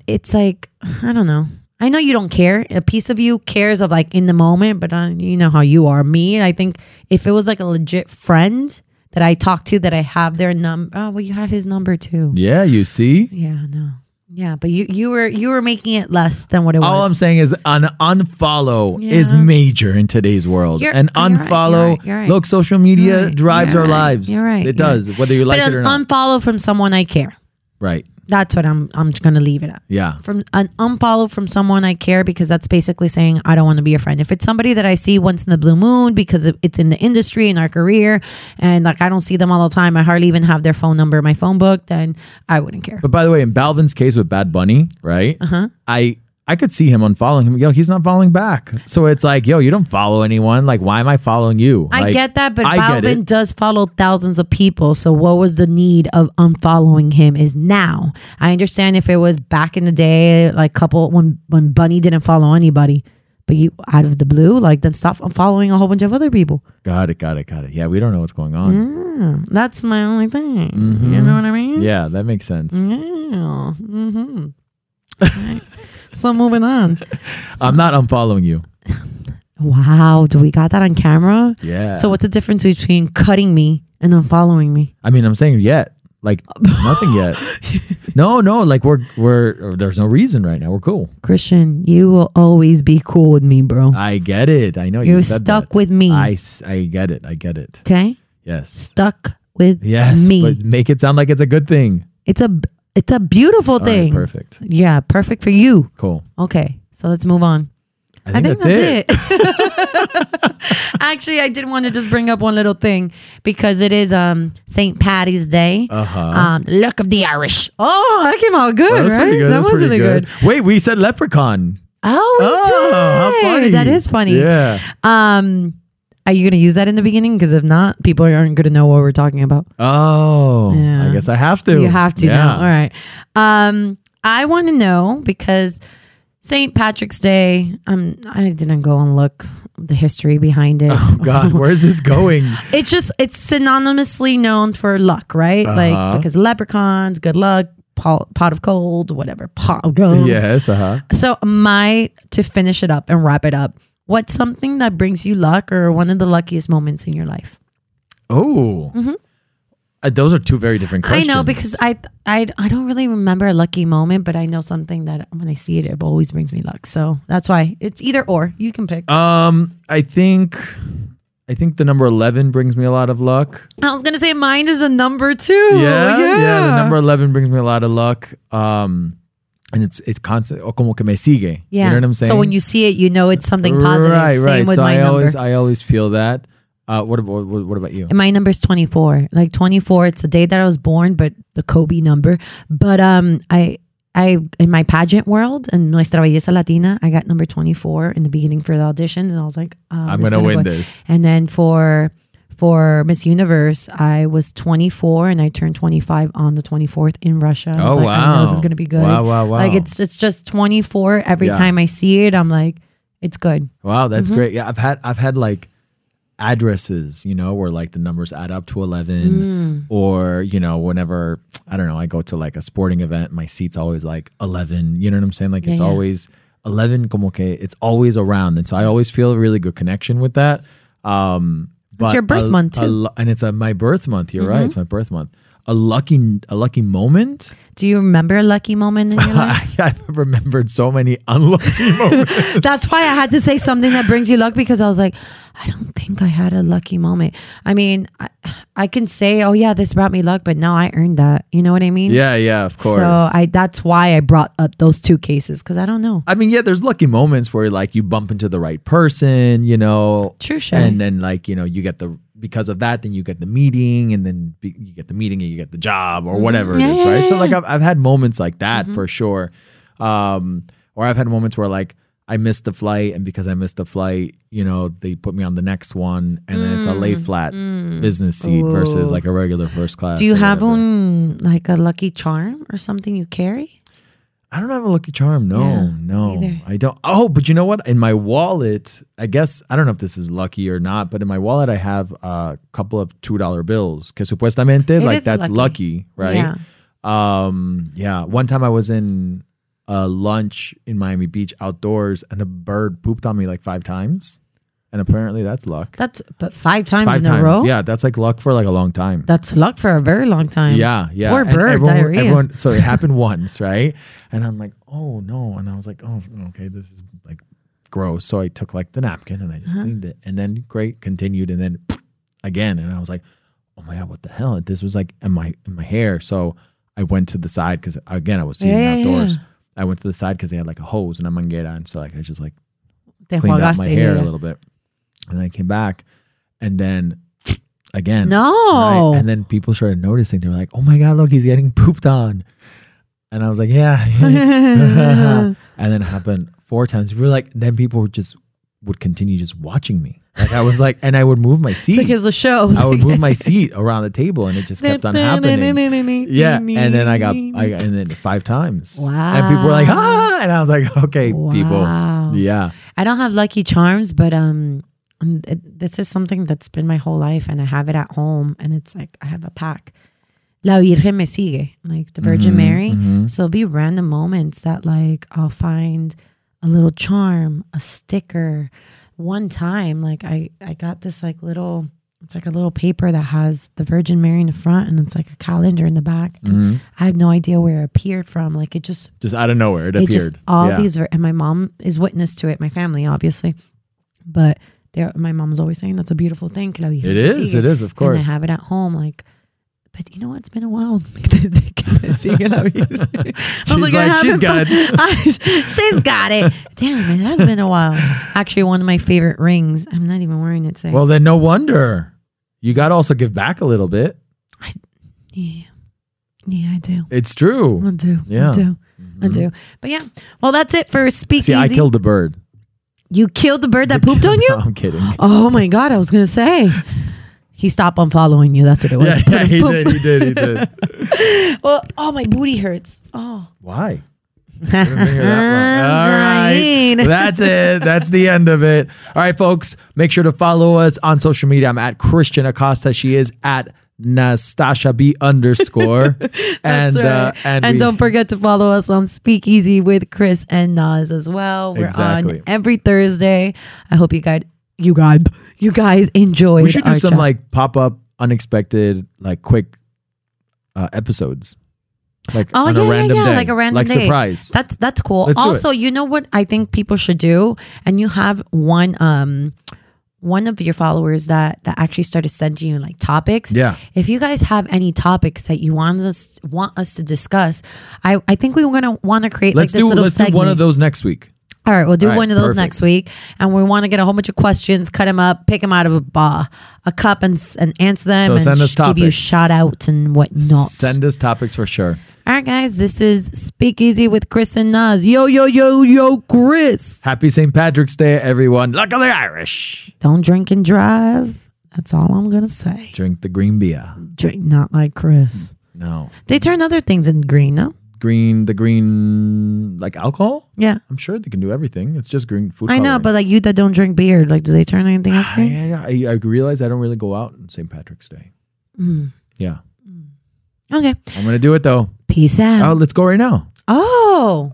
[SPEAKER 1] it's like I don't know. I know you don't care. A piece of you cares of like in the moment, but uh, you know how you are. Me, I think if it was like a legit friend that I talk to, that I have their number. Oh, well, you had his number too.
[SPEAKER 2] yeah, you see.
[SPEAKER 1] Yeah, no, yeah, but you you were you were making it less than what it
[SPEAKER 2] All Oh, I'm
[SPEAKER 1] was.
[SPEAKER 2] saying is an unfollow
[SPEAKER 1] Yeah.
[SPEAKER 2] is major in today's world.
[SPEAKER 1] You're-
[SPEAKER 2] an
[SPEAKER 1] you're right, you're
[SPEAKER 2] unfollow.
[SPEAKER 1] right, you're right.
[SPEAKER 2] Look, social media
[SPEAKER 1] You're right,
[SPEAKER 2] drives
[SPEAKER 1] you're
[SPEAKER 2] our
[SPEAKER 1] right,
[SPEAKER 2] lives.
[SPEAKER 1] you're right,
[SPEAKER 2] It
[SPEAKER 1] you're
[SPEAKER 2] does, whether you
[SPEAKER 1] but
[SPEAKER 2] like it
[SPEAKER 1] an
[SPEAKER 2] or not.
[SPEAKER 1] unfollow from someone I care.
[SPEAKER 2] right.
[SPEAKER 1] That's what I'm I'm gonna leave it at.
[SPEAKER 2] Yeah.
[SPEAKER 1] from an unfollow from someone I care because that's basically saying I don't want to be a friend. If it's somebody that I see once in the blue moon because it- it's in the industry in our career and like I don't see them all the time, I hardly even have their phone number in my phone book, then I wouldn't care.
[SPEAKER 2] But by the way, in Balvin's case with Bad Bunny, right? Uh-huh. I I could see him unfollowing him. Yo, he's not following back. So it's like, yo, you don't follow anyone. Like, why am I following you?
[SPEAKER 1] I
[SPEAKER 2] Like,
[SPEAKER 1] get that, but
[SPEAKER 2] I get
[SPEAKER 1] Balvin
[SPEAKER 2] it.
[SPEAKER 1] does follow thousands of people. So what was the need of unfollowing him is now. I understand if it was back in the day, like couple when when Bunny didn't follow anybody, but you out of the blue, like then stop following a whole bunch of other people.
[SPEAKER 2] Got it, got it, got it. Yeah, we don't know what's going on.
[SPEAKER 1] Mm, that's my only thing.
[SPEAKER 2] Mm-hmm.
[SPEAKER 1] You know what I mean?
[SPEAKER 2] Yeah, that makes sense.
[SPEAKER 1] Mm-hmm. Yeah. hmm so moving on.
[SPEAKER 2] I'm not unfollowing you.
[SPEAKER 1] Wow, do we got that on camera?
[SPEAKER 2] Yeah.
[SPEAKER 1] So what's the difference between cutting me and unfollowing me?
[SPEAKER 2] I mean, I'm saying yet, like nothing yet. No, no, like we're we're there's no reason right now. We're cool.
[SPEAKER 1] Christian, you will always be cool with me, bro.
[SPEAKER 2] I get it. I know you
[SPEAKER 1] You're
[SPEAKER 2] said
[SPEAKER 1] stuck
[SPEAKER 2] that.
[SPEAKER 1] with me.
[SPEAKER 2] I s- I get it. I get it.
[SPEAKER 1] okay?
[SPEAKER 2] Yes.
[SPEAKER 1] Stuck with
[SPEAKER 2] Yes.
[SPEAKER 1] me.
[SPEAKER 2] But make it sound like it's a good thing.
[SPEAKER 1] it's a it's a beautiful
[SPEAKER 2] All right,
[SPEAKER 1] thing.
[SPEAKER 2] perfect.
[SPEAKER 1] Yeah, perfect for you.
[SPEAKER 2] Cool.
[SPEAKER 1] Okay. So let's move on.
[SPEAKER 2] I think, that's, it.
[SPEAKER 1] it. Actually, I did want to just bring up one little thing because it is um St. Patty's Day.
[SPEAKER 2] Uh-huh.
[SPEAKER 1] Um, luck of the Irish. Oh, that came out good,
[SPEAKER 2] That was
[SPEAKER 1] right?
[SPEAKER 2] pretty good.
[SPEAKER 1] That was
[SPEAKER 2] pretty
[SPEAKER 1] really good.
[SPEAKER 2] Wait, we said leprechaun.
[SPEAKER 1] Oh, we
[SPEAKER 2] Oh,
[SPEAKER 1] did.
[SPEAKER 2] how funny.
[SPEAKER 1] That is funny.
[SPEAKER 2] Yeah.
[SPEAKER 1] Um, are you gonna use that in the beginning? Because if not, people aren't gonna know what we're talking about.
[SPEAKER 2] Oh,
[SPEAKER 1] Yeah.
[SPEAKER 2] I guess I have to.
[SPEAKER 1] You have to
[SPEAKER 2] yeah.
[SPEAKER 1] now. All right. Um, I want to know because St. Patrick's Day. Um, I didn't go and look the history behind it.
[SPEAKER 2] Oh God, where's this going?
[SPEAKER 1] it's just it's synonymously known for luck, right? Like
[SPEAKER 2] Uh-huh.
[SPEAKER 1] because leprechauns, good luck, pot, pot of gold, whatever pot of gold.
[SPEAKER 2] yes, uh huh.
[SPEAKER 1] So my to finish it up and wrap it up. What's something that brings you luck or one of the luckiest moments in your life?
[SPEAKER 2] Oh, Uh, those are two very different questions.
[SPEAKER 1] Mm-hmm. I know because I, I I don't really remember a lucky moment, but I know something that when I see it, it always brings me luck. So that's why it's either or. You can pick.
[SPEAKER 2] um, I think, I think the number eleven brings me a lot of luck.
[SPEAKER 1] I was gonna say mine is a number two.
[SPEAKER 2] yeah, yeah. The number eleven brings me a lot of luck. Um, and it's it's constant. O como que me sigue.
[SPEAKER 1] Yeah.
[SPEAKER 2] you know what I'm saying.
[SPEAKER 1] So when you see it, you know it's something positive.
[SPEAKER 2] right,
[SPEAKER 1] Same
[SPEAKER 2] right.
[SPEAKER 1] with
[SPEAKER 2] so
[SPEAKER 1] my
[SPEAKER 2] I
[SPEAKER 1] number.
[SPEAKER 2] always I always feel that. Uh, what about what, what about you?
[SPEAKER 1] And my number is 24 like 24 it's the day that i was born but the kobe number but um i i in my pageant world and nuestra belleza latina i got number 24 in the beginning for the auditions and i was like uh,
[SPEAKER 2] I'm
[SPEAKER 1] this is
[SPEAKER 2] gonna
[SPEAKER 1] go.
[SPEAKER 2] win this.
[SPEAKER 1] and then for for miss universe i was 24 and i turned 25 on the 24th in russia I was
[SPEAKER 2] Oh,
[SPEAKER 1] like, I know this is
[SPEAKER 2] wow.
[SPEAKER 1] gonna be good
[SPEAKER 2] Wow, wow,
[SPEAKER 1] like
[SPEAKER 2] wow.
[SPEAKER 1] it's it's just 24 every
[SPEAKER 2] Yeah.
[SPEAKER 1] time i see it i'm like it's good
[SPEAKER 2] Wow, that's
[SPEAKER 1] Mm-hmm.
[SPEAKER 2] great. Yeah, I've had I've had like addresses, you know, where like the numbers add up to
[SPEAKER 1] Mm.
[SPEAKER 2] 11 or, you know, whenever I don't know, I go to like a sporting event, my seat's always like 11, you know what I'm saying? Like it's
[SPEAKER 1] yeah.
[SPEAKER 2] always 11 como que it's always around and so I always feel a really good connection with that. Um but
[SPEAKER 1] your birth
[SPEAKER 2] a-
[SPEAKER 1] month,
[SPEAKER 2] a
[SPEAKER 1] too. Mm-hmm.
[SPEAKER 2] lo- and it's uh my birth month, you're right. It's my birth month. A lucky a lucky moment?
[SPEAKER 1] do you remember a lucky moment in your life
[SPEAKER 2] I've remembered so many unlucky moments.
[SPEAKER 1] That's why I had to say something that brings you luck because I was like, I don't think I had a lucky moment. I mean, I, I can say, oh yeah, this brought me luck, but no, I earned that. You know what I mean?
[SPEAKER 2] yeah, yeah, of course.
[SPEAKER 1] So I that's why I brought up those two cases because I don't know.
[SPEAKER 2] I mean, yeah, there's lucky moments where like you bump into the right person, you know.
[SPEAKER 1] True, sure.
[SPEAKER 2] And then like, you know, you get the because of that, then you get the meeting and then be, you get the meeting and you get the job or whatever it is,
[SPEAKER 1] Yeah,
[SPEAKER 2] right? So
[SPEAKER 1] yeah, Mm-hmm.
[SPEAKER 2] like I've I've had moments like that for sure. Um or I've had moments where like I missed the flight and because I missed the flight, you know, they put me on the next one and then it's a lay flat business seat versus
[SPEAKER 1] Mm, Ooh.
[SPEAKER 2] like a regular first class.
[SPEAKER 1] Do you
[SPEAKER 2] or
[SPEAKER 1] have
[SPEAKER 2] whatever.
[SPEAKER 1] un, like a lucky charm or something you carry?
[SPEAKER 2] I don't have a lucky charm. No,
[SPEAKER 1] Yeah,
[SPEAKER 2] no,
[SPEAKER 1] neither.
[SPEAKER 2] I don't. Oh, but you know what? In my wallet, I guess I don't know if this is lucky or not, but in my wallet I have a couple of two dollar bills. Que supuestamente,
[SPEAKER 1] is
[SPEAKER 2] like that's
[SPEAKER 1] lucky.
[SPEAKER 2] lucky, right?
[SPEAKER 1] Yeah.
[SPEAKER 2] Um, yeah. One time I was in a lunch in Miami Beach outdoors, and a bird pooped on me like five times, and apparently that's luck.
[SPEAKER 1] That's but five times
[SPEAKER 2] five
[SPEAKER 1] in
[SPEAKER 2] times,
[SPEAKER 1] a row.
[SPEAKER 2] yeah. That's like luck for like a long time.
[SPEAKER 1] That's luck for a very long time.
[SPEAKER 2] Yeah, yeah.
[SPEAKER 1] Poor
[SPEAKER 2] And
[SPEAKER 1] bird
[SPEAKER 2] everyone,
[SPEAKER 1] diarrhea.
[SPEAKER 2] everyone- so it happened once, right? And I'm like, oh no. And I was like, oh, okay, this is like gross. So I took like the napkin and I
[SPEAKER 1] Uh-huh.
[SPEAKER 2] just cleaned it. And then great, continued, and then again. And I was like, oh my god, what the hell? And This was like in my in my hair. So I went to the side because again I was sitting
[SPEAKER 1] Yeah, yeah,
[SPEAKER 2] outdoors.
[SPEAKER 1] yeah.
[SPEAKER 2] I went to the side because they had like a hose and a manguera, and so like I just like
[SPEAKER 1] Te
[SPEAKER 2] cleaned out my
[SPEAKER 1] jugaste,
[SPEAKER 2] hair
[SPEAKER 1] yeah.
[SPEAKER 2] a little bit. And then I came back, and then again,
[SPEAKER 1] No.
[SPEAKER 2] "Oh Right? And then people started noticing. They were like, "Oh my god, look, he's getting pooped on." And I was like, yeah. and then it happened four times. We were like, then people would just would continue just watching me. Like I was like, and I would move my seat.
[SPEAKER 1] Like here's the show.
[SPEAKER 2] I would move my seat around the table, and it just kept on happening. Yeah, and then I got, I and then five times.
[SPEAKER 1] Wow.
[SPEAKER 2] And people were like, ah, and I was like, okay,
[SPEAKER 1] Wow.
[SPEAKER 2] people, yeah,
[SPEAKER 1] I don't have Lucky Charms, but um, um, it- this is something that's been my whole life, and I have it at home, and it's like I have a pack. La Virgen me sigue, like the Virgin
[SPEAKER 2] Mhm,
[SPEAKER 1] Mary.
[SPEAKER 2] mhm.
[SPEAKER 1] So it'll be random moments that like I'll find a little charm, a sticker. One time, like I I got this like little. It's like a little paper that has the Virgin Mary in the front, and it's like a calendar in the back. And
[SPEAKER 2] Mhm.
[SPEAKER 1] I have no idea where it appeared from. Like it just
[SPEAKER 2] just out of nowhere it,
[SPEAKER 1] it
[SPEAKER 2] appeared.
[SPEAKER 1] Just, all
[SPEAKER 2] Yeah.
[SPEAKER 1] these, ver- and my mom is witness to it. My family, obviously, but there, my mom's always saying that's a beautiful thing. Claudia.
[SPEAKER 2] It is. It is. Of course.
[SPEAKER 1] And I have it at home, like. But you know what? It's been a while. she's
[SPEAKER 2] She's like, "She's got it."
[SPEAKER 1] she's got it. Damn, it has been a while. Actually, one of my favorite rings. I'm not even wearing it today.
[SPEAKER 2] Well, then no wonder you got to also give back a little bit.
[SPEAKER 1] yeah, yeah, I do.
[SPEAKER 2] It's true.
[SPEAKER 1] I do.
[SPEAKER 2] Yeah. Mm-hmm.
[SPEAKER 1] I do. I do. But yeah. Well, that's it for speakeasy.
[SPEAKER 2] See, I killed a bird.
[SPEAKER 1] you killed the bird that pooped on you.
[SPEAKER 2] No, I'm kidding.
[SPEAKER 1] Oh my God, I was going to say. He stopped unfollowing you. That's what it was.
[SPEAKER 2] Yeah, yeah, he did. He did. He did.
[SPEAKER 1] Well, oh, my booty hurts. Oh.
[SPEAKER 2] Why? Didn't bring her
[SPEAKER 1] I'm
[SPEAKER 2] that one. All right.
[SPEAKER 1] trying.
[SPEAKER 2] That's it. That's the end of it. All right, folks. Make sure to follow us on social media. I'm at Christian Acosta. She is at Nastasha B underscore. and
[SPEAKER 1] That's
[SPEAKER 2] uh,
[SPEAKER 1] right.
[SPEAKER 2] and, we-
[SPEAKER 1] don't forget to follow us on Speakeasy with Chris and Nas as well. We're
[SPEAKER 2] Exactly.
[SPEAKER 1] on every Thursday. I hope you guys, you guys, you guys enjoyed.
[SPEAKER 2] we should do
[SPEAKER 1] our
[SPEAKER 2] some
[SPEAKER 1] chat.
[SPEAKER 2] like pop up, unexpected, like quick uh, episodes. Like
[SPEAKER 1] Oh
[SPEAKER 2] on
[SPEAKER 1] yeah,
[SPEAKER 2] a random
[SPEAKER 1] yeah, yeah.
[SPEAKER 2] day.
[SPEAKER 1] Like a random
[SPEAKER 2] like
[SPEAKER 1] day.
[SPEAKER 2] surprise.
[SPEAKER 1] That's that's cool.
[SPEAKER 2] Let's do it.
[SPEAKER 1] also, you know what I think people should do, and you have one um one of your followers that that actually started sending you like topics.
[SPEAKER 2] Yeah.
[SPEAKER 1] If you guys have any topics that you want us want us to discuss, I I think we we're gonna want to create
[SPEAKER 2] let's
[SPEAKER 1] like this
[SPEAKER 2] do
[SPEAKER 1] little
[SPEAKER 2] let's
[SPEAKER 1] segment.
[SPEAKER 2] do one of those next week.
[SPEAKER 1] All right, we'll do
[SPEAKER 2] All right,
[SPEAKER 1] one of those
[SPEAKER 2] perfect.
[SPEAKER 1] next week, and we want to get a whole bunch of questions, cut them up, pick them out of a bar, a cup, and s- and answer them,
[SPEAKER 2] So
[SPEAKER 1] and
[SPEAKER 2] send us
[SPEAKER 1] sh- give you
[SPEAKER 2] topics.
[SPEAKER 1] shout outs and whatnot.
[SPEAKER 2] Send us topics for sure.
[SPEAKER 1] All right, guys, this is Speakeasy with Chris and Nas. Yo, yo, yo, yo, Chris.
[SPEAKER 2] Happy St. Patrick's Day, everyone. Luck of the Irish.
[SPEAKER 1] Don't drink and drive. That's all I'm going to say.
[SPEAKER 2] Drink the green beer.
[SPEAKER 1] Drink not like Chris.
[SPEAKER 2] No.
[SPEAKER 1] They turn other things in green, no?
[SPEAKER 2] Green, the green, like alcohol?
[SPEAKER 1] Yeah.
[SPEAKER 2] I'm sure they can do everything. It's just green food.
[SPEAKER 1] I know,
[SPEAKER 2] coloring.
[SPEAKER 1] but like you that don't drink beer, like do they turn anything else green?
[SPEAKER 2] I, I, I realize I don't really go out on St. Patrick's Day.
[SPEAKER 1] Mm.
[SPEAKER 2] Yeah.
[SPEAKER 1] Okay.
[SPEAKER 2] I'm going to do it though.
[SPEAKER 1] Peace
[SPEAKER 2] Oh,
[SPEAKER 1] out.
[SPEAKER 2] let's go right now.
[SPEAKER 1] Oh.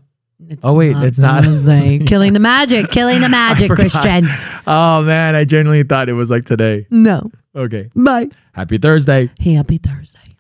[SPEAKER 1] It's
[SPEAKER 2] Oh, wait, it's not.
[SPEAKER 1] Thursday. killing the magic. Killing the magic,
[SPEAKER 2] forgot.
[SPEAKER 1] Christian.
[SPEAKER 2] Oh, man. I genuinely thought it was like today.
[SPEAKER 1] No.
[SPEAKER 2] Okay.
[SPEAKER 1] Bye.
[SPEAKER 2] Happy Thursday.
[SPEAKER 1] Happy Thursday.